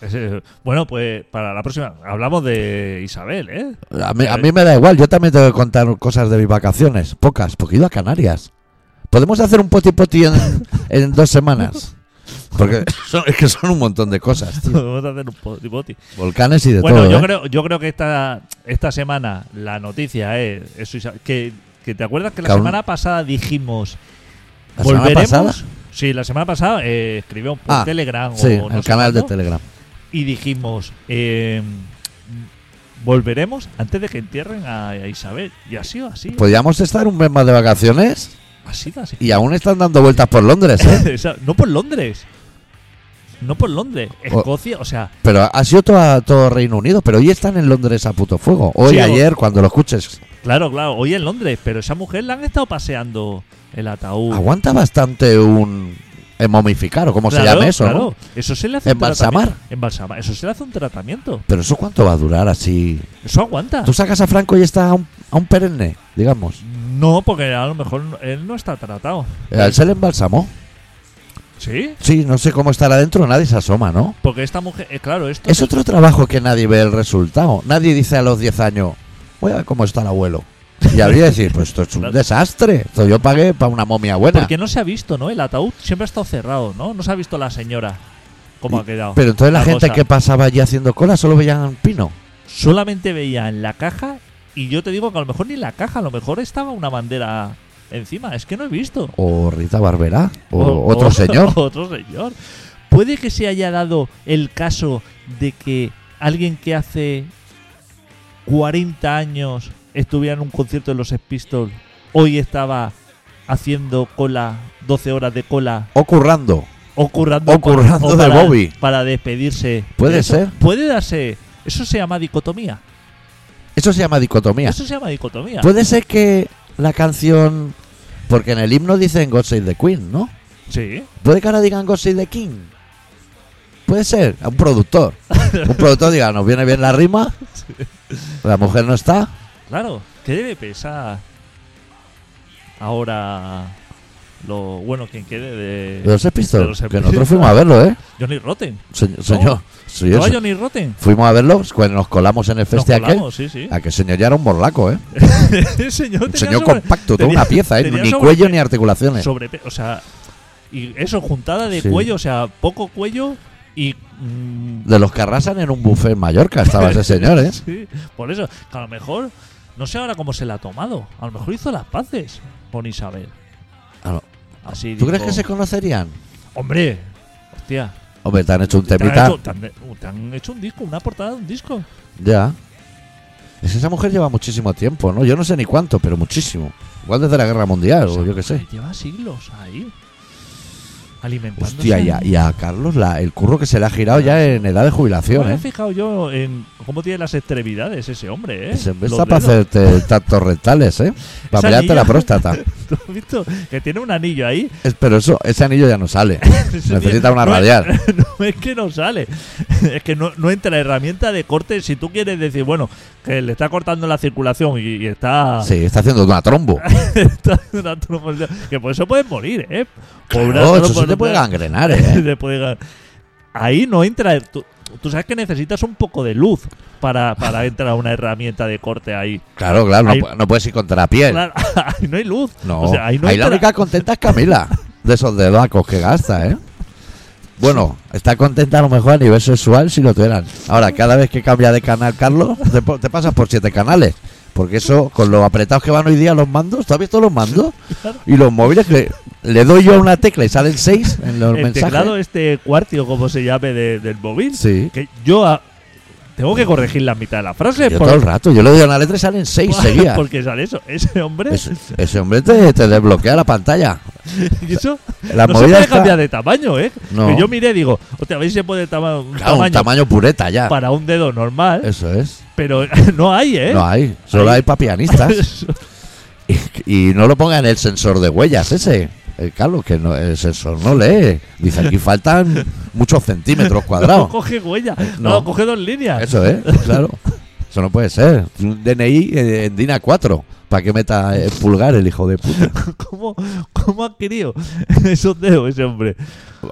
Speaker 3: Es, eh, Bueno, pues para la próxima. Hablamos de Isabel, ¿eh?
Speaker 1: A mí, a mí me da igual, yo también tengo que contar cosas de mis vacaciones. Pocas, porque he ido a Canarias. Podemos hacer un poti poti en, en dos semanas. Porque (laughs) son- es que son un montón de cosas, tío.
Speaker 3: (laughs) Vamos a hacer un poti poti.
Speaker 1: Volcanes y de
Speaker 3: Bueno,
Speaker 1: todo.
Speaker 3: yo,
Speaker 1: ¿eh?
Speaker 3: creo, yo creo que esta, esta semana la noticia es. eso, Isa- que, que te acuerdas que la
Speaker 1: Que aún-
Speaker 3: semana pasada dijimos.
Speaker 1: ¿La semana pasada?
Speaker 3: Sí, la semana pasada eh, escribió por
Speaker 1: Ah,
Speaker 3: Telegram
Speaker 1: Sí,
Speaker 3: o no
Speaker 1: el
Speaker 3: sé
Speaker 1: canal de
Speaker 3: cuándo,
Speaker 1: Telegram.
Speaker 3: Y dijimos. eh, Volveremos antes de que entierren a, a Isabel. Y ha sido así.
Speaker 1: Podríamos estar un mes más de vacaciones
Speaker 3: ha sido así.
Speaker 1: Pues y aún están dando vueltas por Londres, ¿eh?
Speaker 3: (laughs) Esa- no por Londres. No por Londres.
Speaker 1: O-
Speaker 3: Escocia, o sea,
Speaker 1: Pero ha sido todo, todo Reino Unido, pero hoy están en Londres a puto fuego. Hoy,
Speaker 3: Sí, o-
Speaker 1: ayer, cuando lo escuches.
Speaker 3: claro, claro, hoy en Londres, pero esa mujer la han estado paseando el ataúd.
Speaker 1: Aguanta bastante un... eh, momificar o como Ah, se
Speaker 3: Claro,
Speaker 1: llame eso, ¿no?
Speaker 3: claro. Eso se le hace
Speaker 1: Embalsamar.
Speaker 3: un tratamiento. Embalsamar. Eso se le hace un tratamiento.
Speaker 1: Pero eso cuánto va a durar así...
Speaker 3: Eso aguanta.
Speaker 1: Tú sacas a Franco y está a un, a un perenne, digamos.
Speaker 3: No, porque a lo mejor él no está tratado.
Speaker 1: ¿Él se le embalsamó?
Speaker 3: ¿Sí?
Speaker 1: Sí, no sé cómo estará dentro, nadie se asoma, ¿no?
Speaker 3: Porque esta mujer, eh, claro, esto
Speaker 1: Es otro trabajo que nadie ve el resultado. Nadie dice a los 10 años, voy a ver cómo está el abuelo. Y habría que decir, pues esto es un desastre. Esto yo pagué para una momia buena.
Speaker 3: Porque no se ha visto, ¿no? El ataúd siempre ha estado cerrado, ¿no? No se ha visto la señora cómo ha quedado.
Speaker 1: Pero entonces la,
Speaker 3: la
Speaker 1: gente
Speaker 3: cosa.
Speaker 1: que pasaba allí haciendo cola solo veían pino.
Speaker 3: Solamente veía en la caja y yo te digo que a lo mejor ni en la caja, a lo mejor estaba una bandera encima. Es que no he visto.
Speaker 1: O Rita Barberá. O, otro señor.
Speaker 3: (laughs) Otro señor. Puede que se haya dado el caso de que alguien que hace 40 años estuviera en un concierto de los Sex Pistols, hoy estaba haciendo cola, 12 horas de cola,
Speaker 1: O currando.
Speaker 3: o currando,
Speaker 1: O currando
Speaker 3: o
Speaker 1: de
Speaker 3: para-
Speaker 1: Bobby.
Speaker 3: Para despedirse.
Speaker 1: Puede
Speaker 3: Eso-
Speaker 1: ser.
Speaker 3: Puede darse. Eso se llama dicotomía.
Speaker 1: Eso se llama dicotomía.
Speaker 3: Eso se llama dicotomía.
Speaker 1: Puede ser que la canción. Porque en el himno dicen God Save the Queen, ¿no?
Speaker 3: Sí.
Speaker 1: Puede que ahora digan God Save the King. Puede ser, a un productor. Un productor diga, nos viene bien la rima. La mujer no está.
Speaker 3: Claro, que debe pesar ahora lo bueno quien quede de,
Speaker 1: De los Sex Pistols,
Speaker 3: De los Sex
Speaker 1: Que nosotros
Speaker 3: Pistols.
Speaker 1: fuimos
Speaker 3: (laughs)
Speaker 1: a verlo, ¿eh?
Speaker 3: Johnny Rotten.
Speaker 1: Señor. señor, sí,
Speaker 3: ¿No va
Speaker 1: eso.
Speaker 3: Johnny Rotten?
Speaker 1: Fuimos a verlo cuando nos colamos en el
Speaker 3: Nos
Speaker 1: festival aquel.
Speaker 3: colamos, sí, sí.
Speaker 1: A que señor ya era un morlaco, ¿eh?
Speaker 3: (laughs) El señor
Speaker 1: Un
Speaker 3: tenía
Speaker 1: señor
Speaker 3: sobre-
Speaker 1: compacto, toda
Speaker 3: tenía-
Speaker 1: una pieza, ¿eh?
Speaker 3: tenía
Speaker 1: Ni
Speaker 3: sobre-
Speaker 1: cuello ni articulaciones.
Speaker 3: sobrepe- o sea, y eso, juntada de
Speaker 1: Sí.
Speaker 3: cuello, o sea, poco cuello y... mm,
Speaker 1: De los que arrasan en un buffet en Mallorca estaba ese señor, ¿eh?
Speaker 3: (laughs) Sí, por eso, que a lo mejor, no sé ahora cómo se la ha tomado, a lo mejor hizo las paces con Isabel.
Speaker 1: Ah, no.
Speaker 3: Así
Speaker 1: ¿Tú
Speaker 3: dijo,
Speaker 1: crees que se conocerían?
Speaker 3: Hombre, hostia,
Speaker 1: Hombre, te han hecho un
Speaker 3: te han,
Speaker 1: temita.
Speaker 3: hecho, te han- te han hecho un disco, una portada de un disco.
Speaker 1: Ya. Es que esa mujer lleva muchísimo tiempo, ¿no? Yo no sé ni cuánto, pero muchísimo. Igual desde la guerra mundial, o yo qué sé.
Speaker 3: Lleva siglos ahí. Alimentándose.
Speaker 1: Hostia, y a, y a Carlos la- el curro que se le ha girado ya en edad de
Speaker 3: No
Speaker 1: jubilación,
Speaker 3: me he
Speaker 1: ¿eh?
Speaker 3: fijado yo en cómo tiene las extremidades ese hombre, ¿eh?
Speaker 1: Se me
Speaker 3: Los
Speaker 1: está para
Speaker 3: dedos.
Speaker 1: hacerte tactos rectales, ¿eh? Para
Speaker 3: Esa
Speaker 1: mirarte la
Speaker 3: niña.
Speaker 1: próstata.
Speaker 3: (laughs) ¿Tú has visto? Que tiene un
Speaker 1: (laughs)
Speaker 3: anillo ahí.
Speaker 1: Es- pero eso, ese anillo ya no sale.
Speaker 3: Ese
Speaker 1: Necesita
Speaker 3: tío-
Speaker 1: una
Speaker 3: no es-
Speaker 1: radial.
Speaker 3: no (laughs) es que no sale. (laughs) Es que no, no entra herramienta de corte. Si tú quieres decir, bueno, que le está cortando la circulación y, y está...
Speaker 1: Sí, está haciendo una trombo.
Speaker 3: (laughs) está una trombosis- que por eso puedes morir, ¿eh? Por una
Speaker 1: No, eso se te
Speaker 3: trombosis-
Speaker 1: puede gangrenar,
Speaker 3: (laughs)
Speaker 1: ¿eh?
Speaker 3: Te puede gan- Ahí no entra. el- Tú, tú sabes que necesitas un poco de luz
Speaker 1: (laughs)
Speaker 3: para, para entrar una herramienta de corte ahí.
Speaker 1: Claro, claro, no,
Speaker 3: Ahí-
Speaker 1: pu- no puedes ir contra la piel.
Speaker 3: Claro, (laughs) ahí no hay luz.
Speaker 1: Eh. No,
Speaker 3: O sea, ahí
Speaker 1: ahí,
Speaker 3: no
Speaker 1: la
Speaker 3: entra- (laughs)
Speaker 1: única contenta es Camila, de esos dedacos que gasta, ¿eh? Bueno, está contenta a lo mejor a nivel sexual si lo tuvieran. Ahora, cada vez que cambia de canal, Carlos, te, po- te pasas por siete canales. Porque eso, con los apretados que van hoy día los mandos, ¿tú has visto los mandos? Y los móviles, que le doy yo a una tecla y salen seis en los
Speaker 3: el
Speaker 1: mensajes.
Speaker 3: teclado este cuartio, como se llame, de- del móvil.
Speaker 1: Sí.
Speaker 3: Que yo ah, tengo que corregir la mitad de la frase.
Speaker 1: Yo
Speaker 3: por-
Speaker 1: todo el rato, yo le doy a una letra y salen seis
Speaker 3: (laughs)
Speaker 1: seguidas.
Speaker 3: Porque sale eso. Ese hombre.
Speaker 1: Ese, ese hombre te, te desbloquea la pantalla.
Speaker 3: (laughs) y eso,
Speaker 1: (laughs) La
Speaker 3: no se
Speaker 1: movida
Speaker 3: puede
Speaker 1: está-
Speaker 3: cambiar de tamaño, ¿eh?
Speaker 1: No.
Speaker 3: Que yo miré y digo, hostia, a ver si se puede tama- un
Speaker 1: Claro, un
Speaker 3: tamaño
Speaker 1: tamaño pureta ya.
Speaker 3: para un dedo normal.
Speaker 1: Eso es.
Speaker 3: Pero (laughs) no hay, ¿eh?
Speaker 1: No hay, solo
Speaker 3: Ahí.
Speaker 1: hay para
Speaker 3: (laughs)
Speaker 1: pianistas. (laughs) y, y no lo pongan el sensor de huellas ese. Eh, Carlos, que no, el sensor no lee. Dice, aquí faltan muchos centímetros
Speaker 3: No
Speaker 1: cuadrados.
Speaker 3: (laughs) coge huella.
Speaker 1: Eh, No.
Speaker 3: No, coge dos líneas.
Speaker 1: Eso es, claro. Eso no puede ser. Un DNI en DINA 4. ¿Para que meta el pulgar el hijo de puta?
Speaker 3: (laughs) ¿Cómo, ¿Cómo ha querido (laughs) esos dedos ese hombre?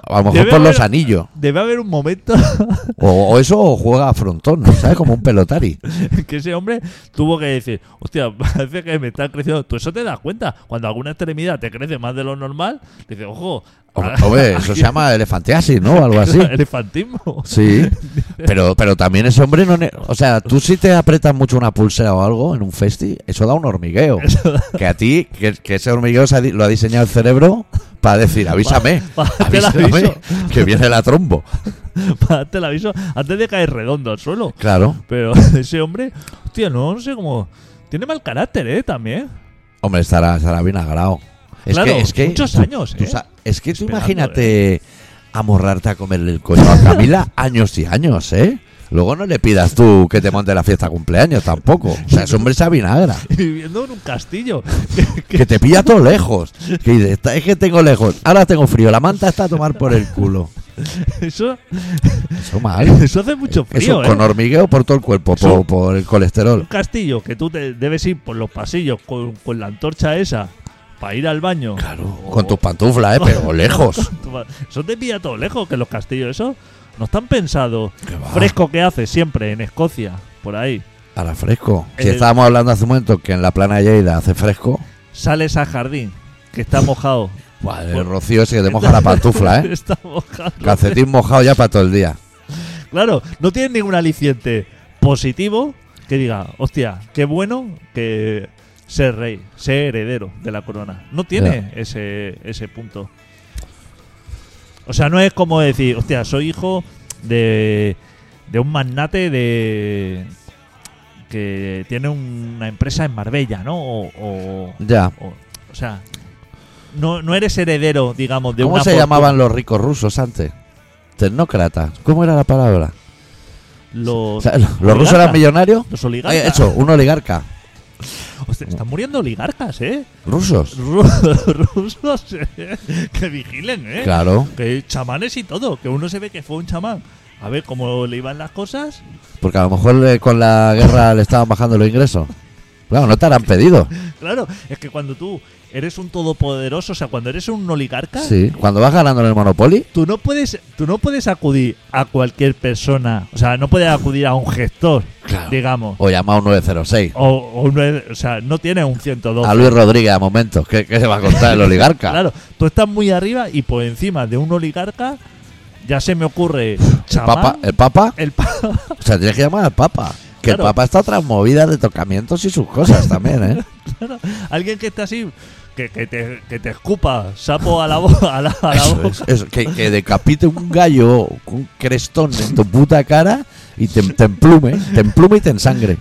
Speaker 1: A lo mejor
Speaker 3: Debe
Speaker 1: por los
Speaker 3: haber-
Speaker 1: anillos.
Speaker 3: Debe haber un momento (laughs)
Speaker 1: O, o eso o juega a frontón, ¿sabes? Como un pelotari.
Speaker 3: en que ese hombre tuvo que decir, hostia, (laughs) parece que me están creciendo. Tú eso te das cuenta. Cuando alguna extremidad te crece más de lo normal, dices, ojo, ah,
Speaker 1: Hombre, hombre, eso se llama elefantiasis, ¿no? Algo así. (laughs)
Speaker 3: (laughs) elefantismo.
Speaker 1: Sí,
Speaker 3: (laughs)
Speaker 1: pero, pero también ese hombre no... ne- O sea, tú si te aprietas mucho una pulsera o algo en un festi, eso da un hormigueo.
Speaker 3: (laughs)
Speaker 1: Que a ti, que, que ese hormigueo se ha di- lo ha diseñado el cerebro para decir,
Speaker 3: (laughs)
Speaker 1: avísame,
Speaker 3: Pa- pa- te la
Speaker 1: avísame,
Speaker 3: aviso. (laughs)
Speaker 1: (laughs) que viene la trombo.
Speaker 3: Para darte el aviso, antes de caer redondo al suelo.
Speaker 1: Claro.
Speaker 3: Pero (laughs) ese hombre, hostia, no, no sé cómo. Tiene mal carácter, ¿eh? También. (laughs)
Speaker 1: Hombre, estará, estará bien agrado. Es
Speaker 3: Claro,
Speaker 1: que, es que
Speaker 3: muchos
Speaker 1: tú-
Speaker 3: años,
Speaker 1: tú
Speaker 3: ¿eh?
Speaker 1: sa- es que tú
Speaker 3: Esperando, ¿eh?
Speaker 1: imagínate amorrarte a comerle el coño a
Speaker 3: (laughs)
Speaker 1: Camila años y años, ¿eh? Luego no le pidas tú que te monte la fiesta de cumpleaños tampoco. O sea, ese hombre se avinagra.
Speaker 3: Viviendo en un castillo. (laughs)
Speaker 1: Que te pilla todo lejos. Que dices, "Esta- es que tengo lejos. Ahora tengo frío. La manta está a tomar por el culo.
Speaker 3: Eso,
Speaker 1: Eso mal.
Speaker 3: (laughs) eso hace mucho
Speaker 1: Eso
Speaker 3: frío,
Speaker 1: con
Speaker 3: ¿eh?
Speaker 1: hormigueo por todo el cuerpo,
Speaker 3: Eso-
Speaker 1: por, por el
Speaker 3: Un
Speaker 1: colesterol.
Speaker 3: castillo que tú te debes ir por los pasillos con, con la antorcha esa para ir al baño. (laughs)
Speaker 1: Claro. Con tus pantuflas, ¿eh? pero lejos.
Speaker 3: Eso te pilla todo lejos que los castillos, eso no están pensados.
Speaker 1: ¿Qué va?
Speaker 3: Fresco que hace siempre en Escocia, por ahí.
Speaker 1: Ahora fresco. Si
Speaker 3: Eh,
Speaker 1: estábamos hablando hace un momento que en la plana de Lleida hace fresco.
Speaker 3: Sales al jardín, que está mojado.
Speaker 1: Vale, pues el
Speaker 3: Bueno.
Speaker 1: rocío ese que te
Speaker 3: (laughs)
Speaker 1: moja la pantufla, ¿eh?
Speaker 3: está mojado.
Speaker 1: Calcetín mojado ya para todo el día.
Speaker 3: Claro, no tienes ningún aliciente positivo que diga, hostia, qué bueno que ser rey, ser heredero de la corona. No tiene ese, ese punto. O sea, no es como decir, hostia, soy hijo de, de un magnate de que tiene una empresa en Marbella, ¿no? O, o,
Speaker 1: Ya.
Speaker 3: o, o sea, no, no eres heredero, digamos, de
Speaker 1: ¿Cómo
Speaker 3: una
Speaker 1: se
Speaker 3: fortuna.
Speaker 1: llamaban los ricos rusos antes? Tecnócratas. ¿Cómo era la palabra? O
Speaker 3: los,
Speaker 1: sea, ¿Los rusos eran
Speaker 3: oligarcas.
Speaker 1: millonarios?
Speaker 3: Los
Speaker 1: Ay,
Speaker 3: oligarcas.
Speaker 1: hecho, un oligarca.
Speaker 3: Hostia, pues están muriendo oligarcas, ¿eh?
Speaker 1: ¿Rusos?
Speaker 3: Ru- (laughs) rusos, ¿eh? que vigilen, ¿eh?
Speaker 1: Claro.
Speaker 3: Que chamanes y todo, que uno se ve que fue un chamán. A ver cómo le iban las cosas.
Speaker 1: Porque a lo mejor eh, con la guerra le estaban bajando los ingresos. Claro, no te harán pedido.
Speaker 3: Claro, es que cuando tú eres un todopoderoso, o sea, cuando eres un oligarca,
Speaker 1: Sí. Cuando vas ganando en el Monopoly,
Speaker 3: tú no puedes tú no puedes acudir a cualquier persona, o sea, no puedes acudir a un gestor,
Speaker 1: Claro.
Speaker 3: digamos.
Speaker 1: o llamado 906.
Speaker 3: O, o un- o sea, no tienes un 112.
Speaker 1: A Luis Rodríguez, a momentos. ¿Qué, qué se va a contar el oligarca?
Speaker 3: Claro, tú estás muy arriba y por encima de un oligarca ya se me ocurre
Speaker 1: ¿El
Speaker 3: chamán,
Speaker 1: papa? ¿El papa?
Speaker 3: el (laughs) pa-
Speaker 1: O sea, tienes que llamar al papa. Que el
Speaker 3: Claro.
Speaker 1: papa está tras movidas de tocamientos y sus cosas también,
Speaker 3: (laughs)
Speaker 1: ¿eh?
Speaker 3: Alguien que está así, que, que te, que te escupa sapo a la, bo- (laughs) a la, a la
Speaker 1: Eso
Speaker 3: boca.
Speaker 1: es, eso, que, que decapite un gallo con un crestón en tu puta cara y te, te emplume, te emplume y te ensangre.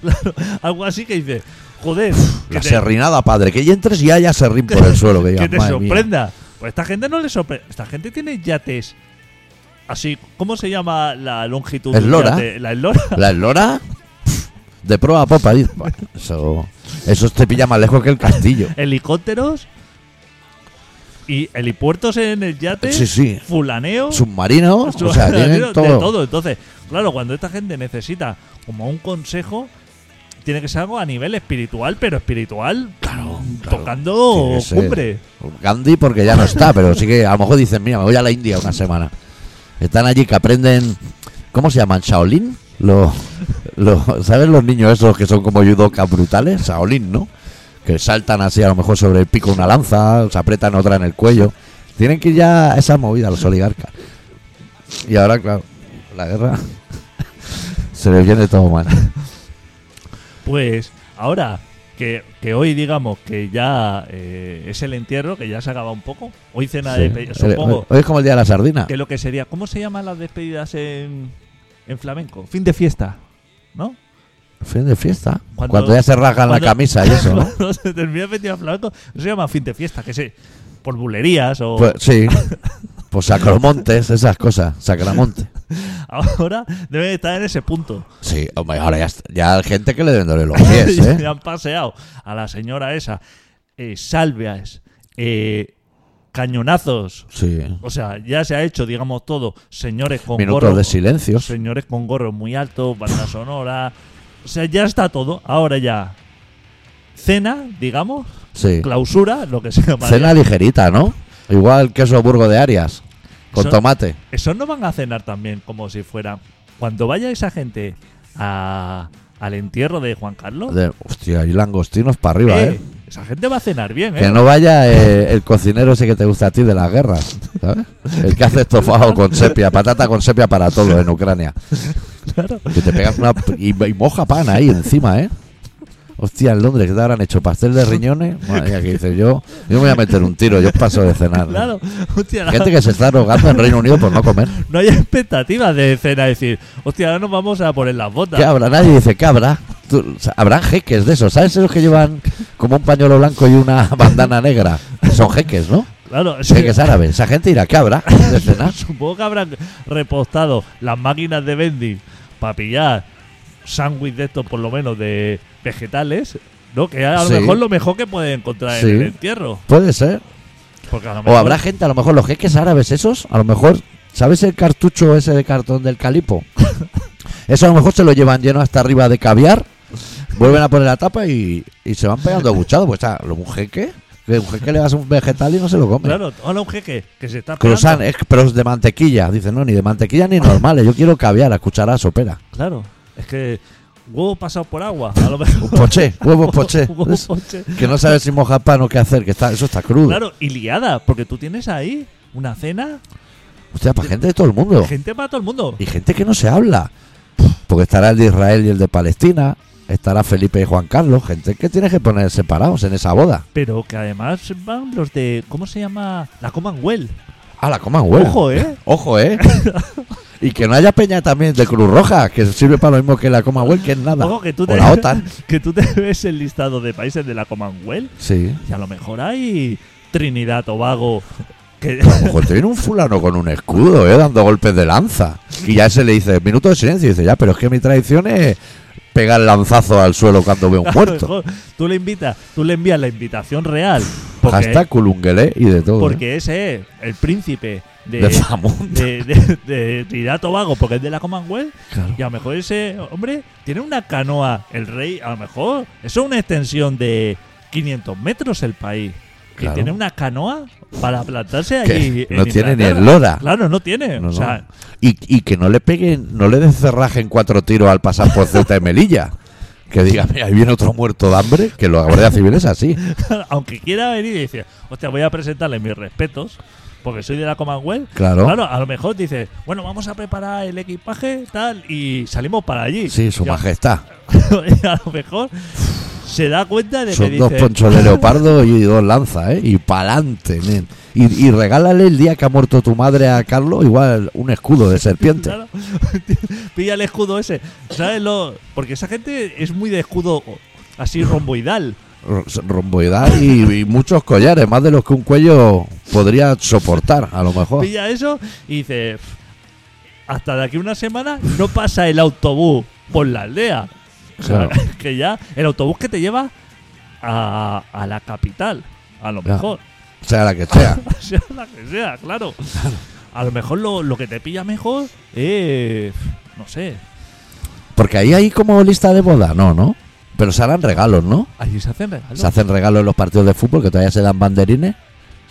Speaker 3: Algo así que dices, joder, que
Speaker 1: La
Speaker 3: te,
Speaker 1: serrinada, padre. Que ya entres y haya serrín por el suelo. Que,
Speaker 3: (laughs) que
Speaker 1: digas,
Speaker 3: te
Speaker 1: "Madre mía".
Speaker 3: sorprenda. Pues esta gente no le sorprende. Esta gente tiene yates así. ¿Cómo se llama la longitud? de un
Speaker 1: Eslora.
Speaker 3: yate? La eslora.
Speaker 1: (laughs) La eslora, pf, de proa a popa. dices, "Buah, Eso, eso te pilla más lejos que el castillo.
Speaker 3: Helicópteros. Y helipuertos en el yate.
Speaker 1: Sí, sí.
Speaker 3: Fulaneo.
Speaker 1: Submarino, o sea, tienen
Speaker 3: (laughs) de
Speaker 1: todo.
Speaker 3: todo. Entonces, claro, cuando esta gente necesita como un consejo, tiene que ser algo a nivel espiritual, pero espiritual
Speaker 1: Claro, claro.
Speaker 3: tocando
Speaker 1: Tiene que ser.
Speaker 3: cumbre.
Speaker 1: Gandhi porque ya no está, pero sí que a lo mejor dicen, mira, me voy a la India una semana. Están allí que aprenden, ¿cómo se llaman? ¿Shaolin? Lo, lo- ¿Sabes los niños esos que son como judocas brutales? Shaolin, ¿no? Que saltan así a lo mejor sobre el pico de una lanza, se apretan otra en el cuello. Tienen que ir ya a esa movida los oligarcas. Y ahora, claro, la guerra (laughs) se les viene todo mal.
Speaker 3: Pues ahora que, que hoy digamos que ya eh, es el entierro, que ya se acaba un poco, hoy cena de
Speaker 1: Sí.
Speaker 3: despedida, supongo
Speaker 1: Hoy es como el día de la sardina.
Speaker 3: que lo que sería, ¿cómo se llaman las despedidas en, en flamenco? Fin de fiesta, ¿no?
Speaker 1: Fin de fiesta.
Speaker 3: Cuando-
Speaker 1: Cuando ya se rasgan la
Speaker 3: cuando-
Speaker 1: camisa y eso, ¿no?
Speaker 3: (laughs) Cuando se termina el festival flamenco, eso se llama fin de fiesta, que sé, por bulerías o...
Speaker 1: Pues sí. Pues Sacromontes, esas cosas. Sacramonte.
Speaker 3: (laughs) Ahora deben estar en ese punto.
Speaker 1: Sí, hombre, ahora ya, est- ya hay gente que le den dolor
Speaker 3: (laughs)
Speaker 1: los pies,
Speaker 3: Y
Speaker 1: ¿eh?
Speaker 3: han paseado a la señora esa. eh, salvias, eh, cañonazos.
Speaker 1: Sí.
Speaker 3: O sea, ya se ha hecho, digamos, todo. Señores con gorro.
Speaker 1: Minutos de silencio.
Speaker 3: Señores con gorro muy alto, banda sonora. O sea, ya está todo. Ahora ya. Cena, digamos.
Speaker 1: Sí.
Speaker 3: Clausura, lo que sea. madre.
Speaker 1: Cena ligerita, ¿no? Igual queso burgo de Arias. Con
Speaker 3: Eso-
Speaker 1: tomate.
Speaker 3: Esos no van a cenar también como si fueran. Cuando vaya esa gente a- al entierro de Juan Carlos.
Speaker 1: De- hostia, y langostinos para arriba,
Speaker 3: eh,
Speaker 1: ¿eh?
Speaker 3: Esa gente va a cenar bien, ¿eh?
Speaker 1: Que no vaya eh, el cocinero ese que te gusta a ti de las guerras, ¿sabes? El que hace estofado con sepia, patata con sepia para todo en Ucrania.
Speaker 3: Claro.
Speaker 1: Que te pegas una. Y, y moja pan ahí encima, ¿eh? Hostia, en Londres, ¿qué te habrán hecho? ¿Pastel de riñones? Madre mía, que dices yo. Yo me voy a meter un tiro, yo paso de cenar.
Speaker 3: (laughs) Claro, hostia, la-
Speaker 1: Gente que se está rogando en Reino Unido por no comer.
Speaker 3: no hay expectativas de cena. es decir, hostia, ahora nos vamos a poner las botas.
Speaker 1: ¿Qué habrá? Nadie dice, ¿qué habrá? Tú- o sea, habrán jeques de esos, ¿sabes? Esos que llevan como un pañuelo blanco y una bandana negra. Son jeques, ¿no?
Speaker 3: Claro, sí,
Speaker 1: Jeques
Speaker 3: (laughs)
Speaker 1: árabes. Esa gente irá, ¿qué habrá (laughs) de cenar?
Speaker 3: supongo que habrán repostado las máquinas de vending para pillar sándwich de estos, por lo menos, de vegetales. ¿no? Que a lo
Speaker 1: Sí.
Speaker 3: mejor lo mejor que pueden encontrar
Speaker 1: Sí.
Speaker 3: en el entierro.
Speaker 1: Puede ser.
Speaker 3: Porque a lo mejor,
Speaker 1: O habrá gente, a lo mejor los jeques árabes esos, a lo mejor ¿Sabes el cartucho ese de cartón del
Speaker 3: (laughs)
Speaker 1: calipo? Eso a lo mejor se lo llevan lleno hasta arriba de caviar, vuelven a poner la tapa y, y se van pegando abuchados. Pues está, lo un jeque, que un jeque le das un vegetal y no se lo come.
Speaker 3: Claro, hola un jeque que se está
Speaker 1: Croissant,
Speaker 3: pegando.
Speaker 1: es- pero es de mantequilla. Dicen, no, ni de mantequilla ni normales. Yo quiero caviar, a cuchara sopera.
Speaker 3: Claro, es que huevo pasado por agua. A
Speaker 1: (laughs)
Speaker 3: lo mejor.
Speaker 1: Un
Speaker 3: (laughs)
Speaker 1: poché, huevos poché.
Speaker 3: Huevo
Speaker 1: Es-
Speaker 3: poché.
Speaker 1: Que no sabes si mojar pan o qué hacer, que está, eso está crudo.
Speaker 3: Claro, y liada, porque tú tienes ahí una cena,
Speaker 1: Hostia, para gente de todo el mundo.
Speaker 3: gente para todo el mundo.
Speaker 1: Oh. Y gente que no se habla. Porque estará el de Israel y el de Palestina. Estará Felipe y Juan Carlos. Gente que tienes que poner separados en esa boda.
Speaker 3: Pero que además van los de. ¿Cómo se llama? La Commonwealth.
Speaker 1: A la Commonwealth.
Speaker 3: Ojo, ¿eh?
Speaker 1: Ojo, ¿eh? y que no haya peña también de Cruz Roja, que sirve para lo mismo que la Commonwealth, que es nada.
Speaker 3: Ojo, que tú,
Speaker 1: O
Speaker 3: te, (laughs)
Speaker 1: la OTAN.
Speaker 3: que tú te ves el listado de países de la Commonwealth
Speaker 1: Sí.
Speaker 3: y a lo mejor hay Trinidad, Tobago. Que,
Speaker 1: Ojo, te viene un fulano con un escudo, ¿eh? Dando golpes de lanza. Y ya se le dice, minuto de silencio. Y dice, ya, pero es que mi tradición es pegar el lanzazo al suelo cuando veo (laughs) un muerto.
Speaker 3: Joder, Tú le invitas, tú le envías la invitación real.
Speaker 1: Hasta
Speaker 3: (laughs) Porque,
Speaker 1: culunguelé y de todo. ¿eh?
Speaker 3: porque ese es el príncipe de,
Speaker 1: De Famundo.
Speaker 3: de, de- de Trinidad y Tobago, porque es de la Commonwealth.
Speaker 1: Claro.
Speaker 3: Y a lo mejor ese hombre tiene una canoa, el rey, a lo mejor. Eso es una extensión de 500 metros el país.
Speaker 1: Claro.
Speaker 3: Y tiene una canoa para plantarse
Speaker 1: Que
Speaker 3: allí. en
Speaker 1: no tiene ni
Speaker 3: Inglaterra.
Speaker 1: el lora.
Speaker 3: Claro, no tiene.
Speaker 1: No,
Speaker 3: o
Speaker 1: no.
Speaker 3: sea, (laughs)
Speaker 1: Y, y que no le peguen, no le descerrajen cuatro tiros al pasar por Ceuta y Melilla. Que diga, mira, ahí viene otro muerto de hambre, que la Guardia Civil es así.
Speaker 3: aunque quiera venir y decir, hostia, voy a presentarle mis respetos, porque soy de la Commonwealth.
Speaker 1: Claro.
Speaker 3: Claro, a lo mejor dices, bueno, vamos a preparar el equipaje, tal, y salimos para allí.
Speaker 1: Sí, su
Speaker 3: Y a-
Speaker 1: majestad.
Speaker 3: y (laughs) a lo mejor se da cuenta de que
Speaker 1: Son dos
Speaker 3: dice,
Speaker 1: ponchos de leopardo y dos lanzas, ¿eh? Y pa'lante, nen. Y, y regálale el día que ha muerto tu madre a Carlos, igual un escudo de serpiente.
Speaker 3: Claro. (laughs) Pilla el escudo ese. ¿Sabes lo? Porque esa gente es muy de escudo así romboidal.
Speaker 1: R- Romboidal y, y muchos collares, más de los que un cuello podría soportar, a lo mejor.
Speaker 3: Pilla eso y dice, hasta de aquí una semana no pasa el autobús por la aldea. O sea,
Speaker 1: Claro.
Speaker 3: (laughs) que ya el autobús que te lleva a, a la capital, a lo
Speaker 1: Ya.
Speaker 3: mejor. (laughs)
Speaker 1: Sea la que sea.
Speaker 3: sea la que sea, claro. A lo mejor lo, lo que te pilla mejor es, no sé,
Speaker 1: Porque ahí hay como lista de boda, no, ¿no? Pero se harán regalos, ¿no?
Speaker 3: allí se hacen regalos.
Speaker 1: Se hacen regalos en los partidos de fútbol que todavía se dan banderines.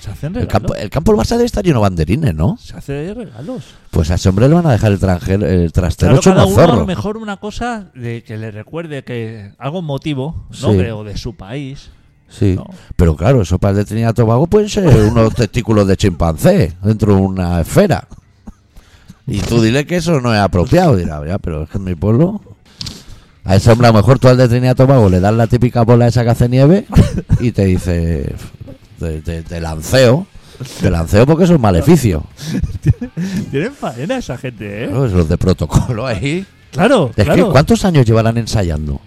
Speaker 3: Se hacen
Speaker 1: El
Speaker 3: regalos.
Speaker 1: campo, eh. el campo del Barça debe estar lleno de banderines, ¿no?
Speaker 3: Se hace regalos.
Speaker 1: Pues a ese hombre le van a dejar el, tranjero, el trastero
Speaker 3: Claro,
Speaker 1: hecho
Speaker 3: cada
Speaker 1: un
Speaker 3: uno a
Speaker 1: zorro.
Speaker 3: lo mejor una cosa de que le recuerde que algún motivo, ¿no?
Speaker 1: Sí.
Speaker 3: Creo, de su país.
Speaker 1: Sí.
Speaker 3: No.
Speaker 1: Pero claro, esos para el de Trinidad y Tobago pueden
Speaker 3: (laughs)
Speaker 1: ser unos testículos de chimpancé dentro de una esfera. Y tú dile que eso no es apropiado. Dirá, ya, pero es que en mi pueblo. A ese hombre a lo mejor tú al de Trinidad y Tobago le das la típica bola esa que hace nieve y te dice. Te, te- te lanceo. Te lanceo porque eso es maleficio.
Speaker 3: Tienen faena esa gente, ¿eh?
Speaker 1: Claro, es los de protocolo ahí.
Speaker 3: (laughs) Claro,
Speaker 1: Es
Speaker 3: claro.
Speaker 1: que, ¿cuántos años llevarán ensayando?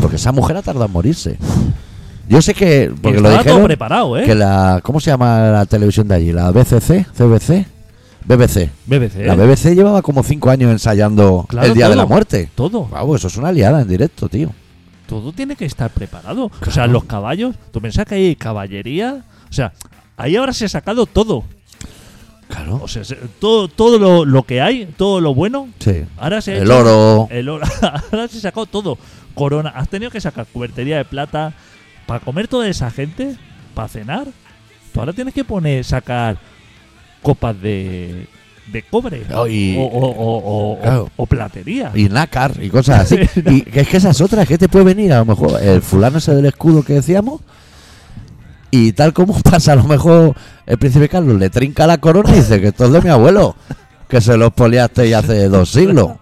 Speaker 1: Porque esa mujer ha tardado en morirse. Yo sé que.
Speaker 3: Y
Speaker 1: Porque lo
Speaker 3: estaba todo
Speaker 1: dijeron.
Speaker 3: preparado, ¿eh?
Speaker 1: Que la, ¿Cómo se llama la televisión de allí? ¿La BCC? ¿CBC? BBC.
Speaker 3: BBC.
Speaker 1: La BBC llevaba como cinco años ensayando
Speaker 3: ¿Eh? Claro,
Speaker 1: el Día de
Speaker 3: todo.
Speaker 1: la Muerte.
Speaker 3: Todo.
Speaker 1: Wow, eso es una liada en directo, tío.
Speaker 3: Todo tiene que estar preparado. O sea, los caballos. ¿Tú pensás que hay caballería? O sea, ahí ahora se ha sacado todo.
Speaker 1: Claro.
Speaker 3: O sea, se- todo, todo lo, lo que hay, todo lo bueno.
Speaker 1: Sí.
Speaker 3: Ahora se ha
Speaker 1: El
Speaker 3: hecho-
Speaker 1: oro.
Speaker 3: El oro. (laughs) Ahora se sacó todo. Corona. Has tenido que sacar cubertería de plata para comer toda esa gente, para cenar. Tú ahora tienes que poner, sacar copas de, de cobre.
Speaker 1: Oh, y-
Speaker 3: o, o- o- o-
Speaker 1: Claro.
Speaker 3: o platería.
Speaker 1: Y nácar y cosas así.
Speaker 3: (laughs)
Speaker 1: y que es que esas otras, que te puede venir a lo mejor el fulano ese del escudo que decíamos. Y tal como (laughs) pasa, a lo mejor el príncipe Carlos le trinca la corona y dice que esto es de mi abuelo, que se lo poliaste ya hace dos siglos.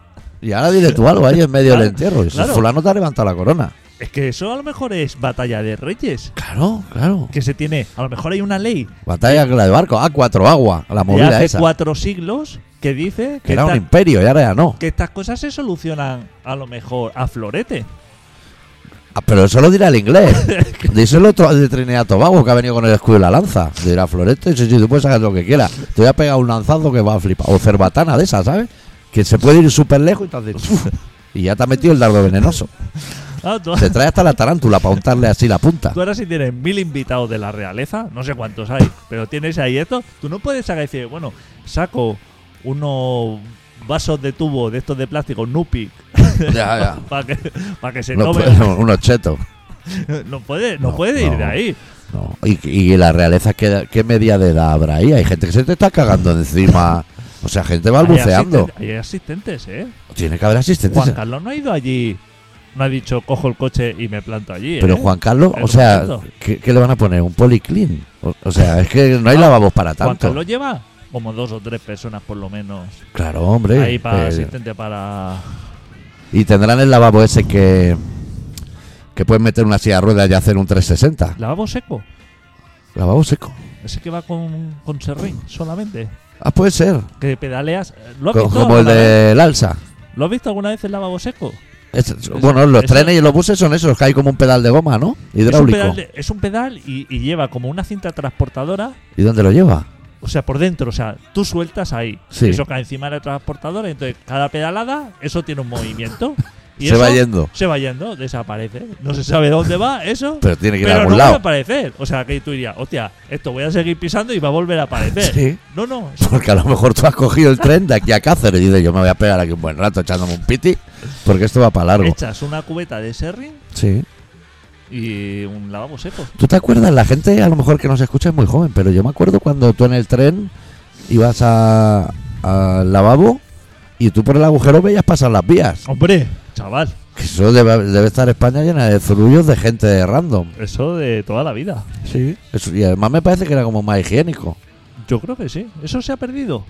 Speaker 1: Y ahora dile tú algo ahí en medio del
Speaker 3: Claro,
Speaker 1: entierro. Y dice,
Speaker 3: claro.
Speaker 1: fulano te ha levantado la corona.
Speaker 3: Es que eso a lo mejor es batalla de reyes.
Speaker 1: Claro, claro.
Speaker 3: Que se tiene. A lo mejor hay una ley
Speaker 1: Batalla de barco, A4 agua, la
Speaker 3: de
Speaker 1: movida
Speaker 3: hace
Speaker 1: esa.
Speaker 3: cuatro siglos que dice
Speaker 1: que
Speaker 3: que,
Speaker 1: era un
Speaker 3: esta-
Speaker 1: imperio y ahora ya no.
Speaker 3: que estas cosas se solucionan a lo mejor a florete.
Speaker 1: Ah, pero eso lo dirá el inglés.
Speaker 3: (laughs)
Speaker 1: Díselo otro de Trinidad y Tobago que ha venido con el escudo y la lanza. Dirá Florete, sí, sí, tú puedes hacer lo que quieras. Te voy a pegar un lanzazo que va a flipar. O cerbatana de esa, ¿sabes? Que se puede ir súper lejos y te hace ¡fuf! (laughs) Y ya te ha metido el dardo venenoso.
Speaker 3: Ah, tú-
Speaker 1: Te trae hasta la tarántula para untarle así la punta.
Speaker 3: (laughs) Tú ahora si tienes mil invitados de la realeza, no sé cuántos hay, pero tienes ahí esto, tú no puedes sacar y decir, bueno, saco unos vasos de tubo de estos de plástico, Nupi,
Speaker 1: Ya, (laughs) ya.
Speaker 3: para que, para que se
Speaker 1: Uno-
Speaker 3: tome.
Speaker 1: unos chetos.
Speaker 3: (laughs) No puede, no
Speaker 1: No,
Speaker 3: puede ir de
Speaker 1: no.
Speaker 3: ahí.
Speaker 1: No. ¿Y, y la realeza ¿qué, qué media de edad habrá ahí? Hay gente que se te está cagando encima. O sea, gente balbuceando.
Speaker 3: Hay asisten- hay asistentes, ¿eh?
Speaker 1: Tiene que haber asistentes.
Speaker 3: Juan Carlos no ha ido allí. No ha dicho, cojo el coche y me planto allí.
Speaker 1: Pero
Speaker 3: ¿eh?
Speaker 1: Juan Carlos,
Speaker 3: En
Speaker 1: o
Speaker 3: un
Speaker 1: sea,
Speaker 3: momento.
Speaker 1: ¿qué, qué le van a poner? ¿Un policlin? O, o sea, es que no hay
Speaker 3: Ah,
Speaker 1: lavabos para
Speaker 3: Juan
Speaker 1: tanto.
Speaker 3: Carlos lleva como dos o tres personas por lo menos
Speaker 1: Claro, hombre.
Speaker 3: ahí para
Speaker 1: Eh,
Speaker 3: asistente para.
Speaker 1: y tendrán el lavabo ese que. Que puedes meter una silla de ruedas y hacer un 360.
Speaker 3: Lavabo seco.
Speaker 1: Lavabo seco.
Speaker 3: Ese que va con, con serrín solamente.
Speaker 1: Ah, puede ser.
Speaker 3: Que pedaleas. eh, ¿Lo has
Speaker 1: Co-
Speaker 3: visto
Speaker 1: como el
Speaker 3: alguna vez?
Speaker 1: del alza.
Speaker 3: ¿Lo has visto alguna vez el lavabo seco?
Speaker 1: Es- bueno, los
Speaker 3: eso-
Speaker 1: trenes y los buses son esos, que hay como un pedal de goma, ¿no?
Speaker 3: Es un
Speaker 1: Hidráulico.
Speaker 3: pedal, de- es un pedal y, y lleva como una cinta transportadora.
Speaker 1: ¿Y dónde lo lleva?
Speaker 3: O sea, por dentro, o sea, tú sueltas ahí.
Speaker 1: Sí.
Speaker 3: Eso cae encima de la transportadora. Entonces, cada pedalada, eso tiene
Speaker 1: (laughs)
Speaker 3: un movimiento. Y
Speaker 1: Se
Speaker 3: eso
Speaker 1: va yendo.
Speaker 3: Se va yendo, desaparece. No se sabe dónde va eso.
Speaker 1: Pero tiene que ir a
Speaker 3: Pero
Speaker 1: algún
Speaker 3: no
Speaker 1: lado.
Speaker 3: va a aparecer. O sea, que tú dirías, hostia, esto voy a seguir pisando y va a volver a aparecer.
Speaker 1: Sí.
Speaker 3: No, no.
Speaker 1: Porque a lo mejor tú has cogido el tren de aquí a Cáceres y dices, yo me voy a pegar aquí un buen rato echándome un piti, porque esto va para largo.
Speaker 3: Echas una cubeta de serrín
Speaker 1: Sí.
Speaker 3: y un lavabo seco.
Speaker 1: ¿Tú te acuerdas? La gente a lo mejor que nos escucha es muy joven, pero yo me acuerdo cuando tú en el tren ibas a- al lavabo y tú por el agujero veías pasar las vías.
Speaker 3: Hombre, chaval,
Speaker 1: Que eso debe, debe estar España llena de zurullos de gente random.
Speaker 3: eso de toda la vida.
Speaker 1: Sí. y además me parece que era como más higiénico.
Speaker 3: Yo creo que sí. Eso se ha perdido.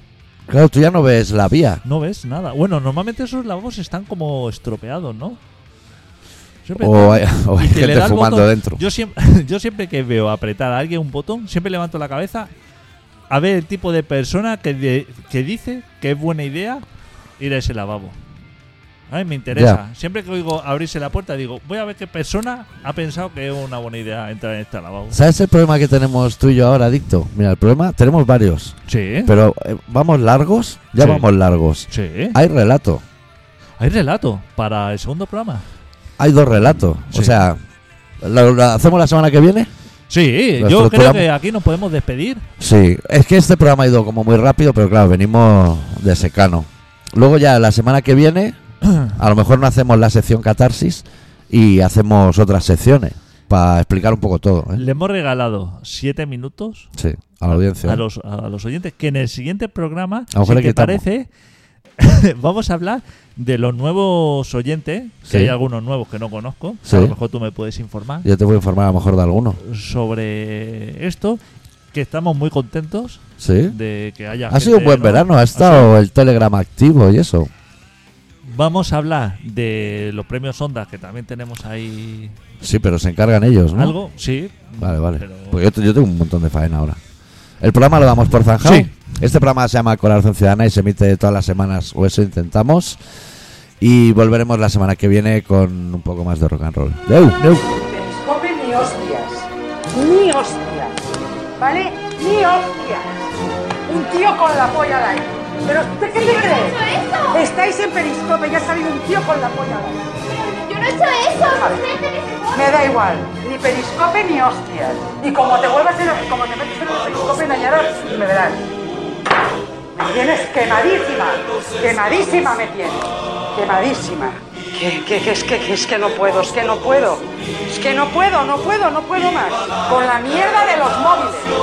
Speaker 1: Claro, tú ya no ves la vía.
Speaker 3: No ves nada. Bueno, normalmente esos lavabos están como estropeados, ¿no? Siempre
Speaker 1: O hay, (laughs) o hay
Speaker 3: Y que le da
Speaker 1: gente
Speaker 3: el
Speaker 1: fumando
Speaker 3: botón.
Speaker 1: dentro.
Speaker 3: Yo siempre, (laughs) yo siempre que veo apretar a alguien un botón, siempre levanto la cabeza a ver el tipo de persona que, de- que dice que es buena idea ir a ese lavabo. A mí me interesa. Siempre que oigo abrirse la puerta, digo, voy a ver qué persona ha pensado que es una buena idea entrar en este lavabo.
Speaker 1: ¿Sabes el problema que tenemos tú y yo ahora, Adicto? Mira, el problema, tenemos varios.
Speaker 3: Sí, ¿eh?
Speaker 1: Pero eh, vamos largos, ya
Speaker 3: Sí.
Speaker 1: vamos largos.
Speaker 3: Sí. ¿eh?
Speaker 1: Hay relato,
Speaker 3: Hay relato para el segundo programa.
Speaker 1: hay dos relatos. O
Speaker 3: Sí.
Speaker 1: sea, ¿lo, lo hacemos la semana que viene?
Speaker 3: Sí,
Speaker 1: Lo
Speaker 3: yo creo
Speaker 1: estructuramos.
Speaker 3: que aquí nos podemos despedir.
Speaker 1: Sí, es que este programa ha ido como muy rápido, pero claro, venimos de secano. Luego ya la semana que
Speaker 3: (clears throat)
Speaker 1: viene, a lo mejor no hacemos la sección catarsis y hacemos otras secciones para explicar un poco todo. ¿eh?
Speaker 3: Le hemos regalado siete minutos
Speaker 1: Sí, a la audiencia.
Speaker 3: a los, a los oyentes que en el siguiente programa,
Speaker 1: A lo mejor le
Speaker 3: si te
Speaker 1: quitamos.
Speaker 3: parece, (laughs) vamos a hablar de los nuevos oyentes, que
Speaker 1: Sí.
Speaker 3: hay algunos nuevos que no conozco,
Speaker 1: Sí.
Speaker 3: a lo mejor tú me puedes informar
Speaker 1: Yo te voy a informar a lo mejor de alguno.
Speaker 3: sobre esto, que estamos muy contentos
Speaker 1: Sí.
Speaker 3: de que haya...
Speaker 1: Ha sido un
Speaker 3: gente
Speaker 1: buen
Speaker 3: nueva.
Speaker 1: verano, ha estado el Telegram activo y eso.
Speaker 3: Vamos a hablar de los premios Ondas, que también tenemos ahí
Speaker 1: Sí, pero se encargan ellos, ¿no?
Speaker 3: algo, sí.
Speaker 1: Vale, vale.
Speaker 3: pero-
Speaker 1: Pues yo, te- yo tengo un montón de faena ahora. El programa lo damos por zanjado.
Speaker 3: Sí.
Speaker 1: Este programa se llama Corazón Ciudadana y se emite todas las semanas, o eso intentamos. Y volveremos la semana que viene con un poco más de rock and roll. ¡Deu! ¡Deu!
Speaker 4: Pero come ni hostias. Ni hostias. ¿Vale? Ni hostias. Un tío con la polla al aire. ¿Pero usted qué te
Speaker 5: hecho
Speaker 4: cree? Estáis en periscope y ha salido un tío con la polla al aire.
Speaker 5: Yo no he hecho eso, simplemente que se pone.
Speaker 4: Me da igual. Ni periscope ni hostias. Y como te vuelvas en el, como te metes en el periscope en Ayara, me verás. Me tienes quemadísima. Quemadísima me tienes. Quemadísima. Que, que- que es que, que es que no puedo, es que no puedo. Es que no puedo, no puedo, no puedo más. Con la mierda de los móviles.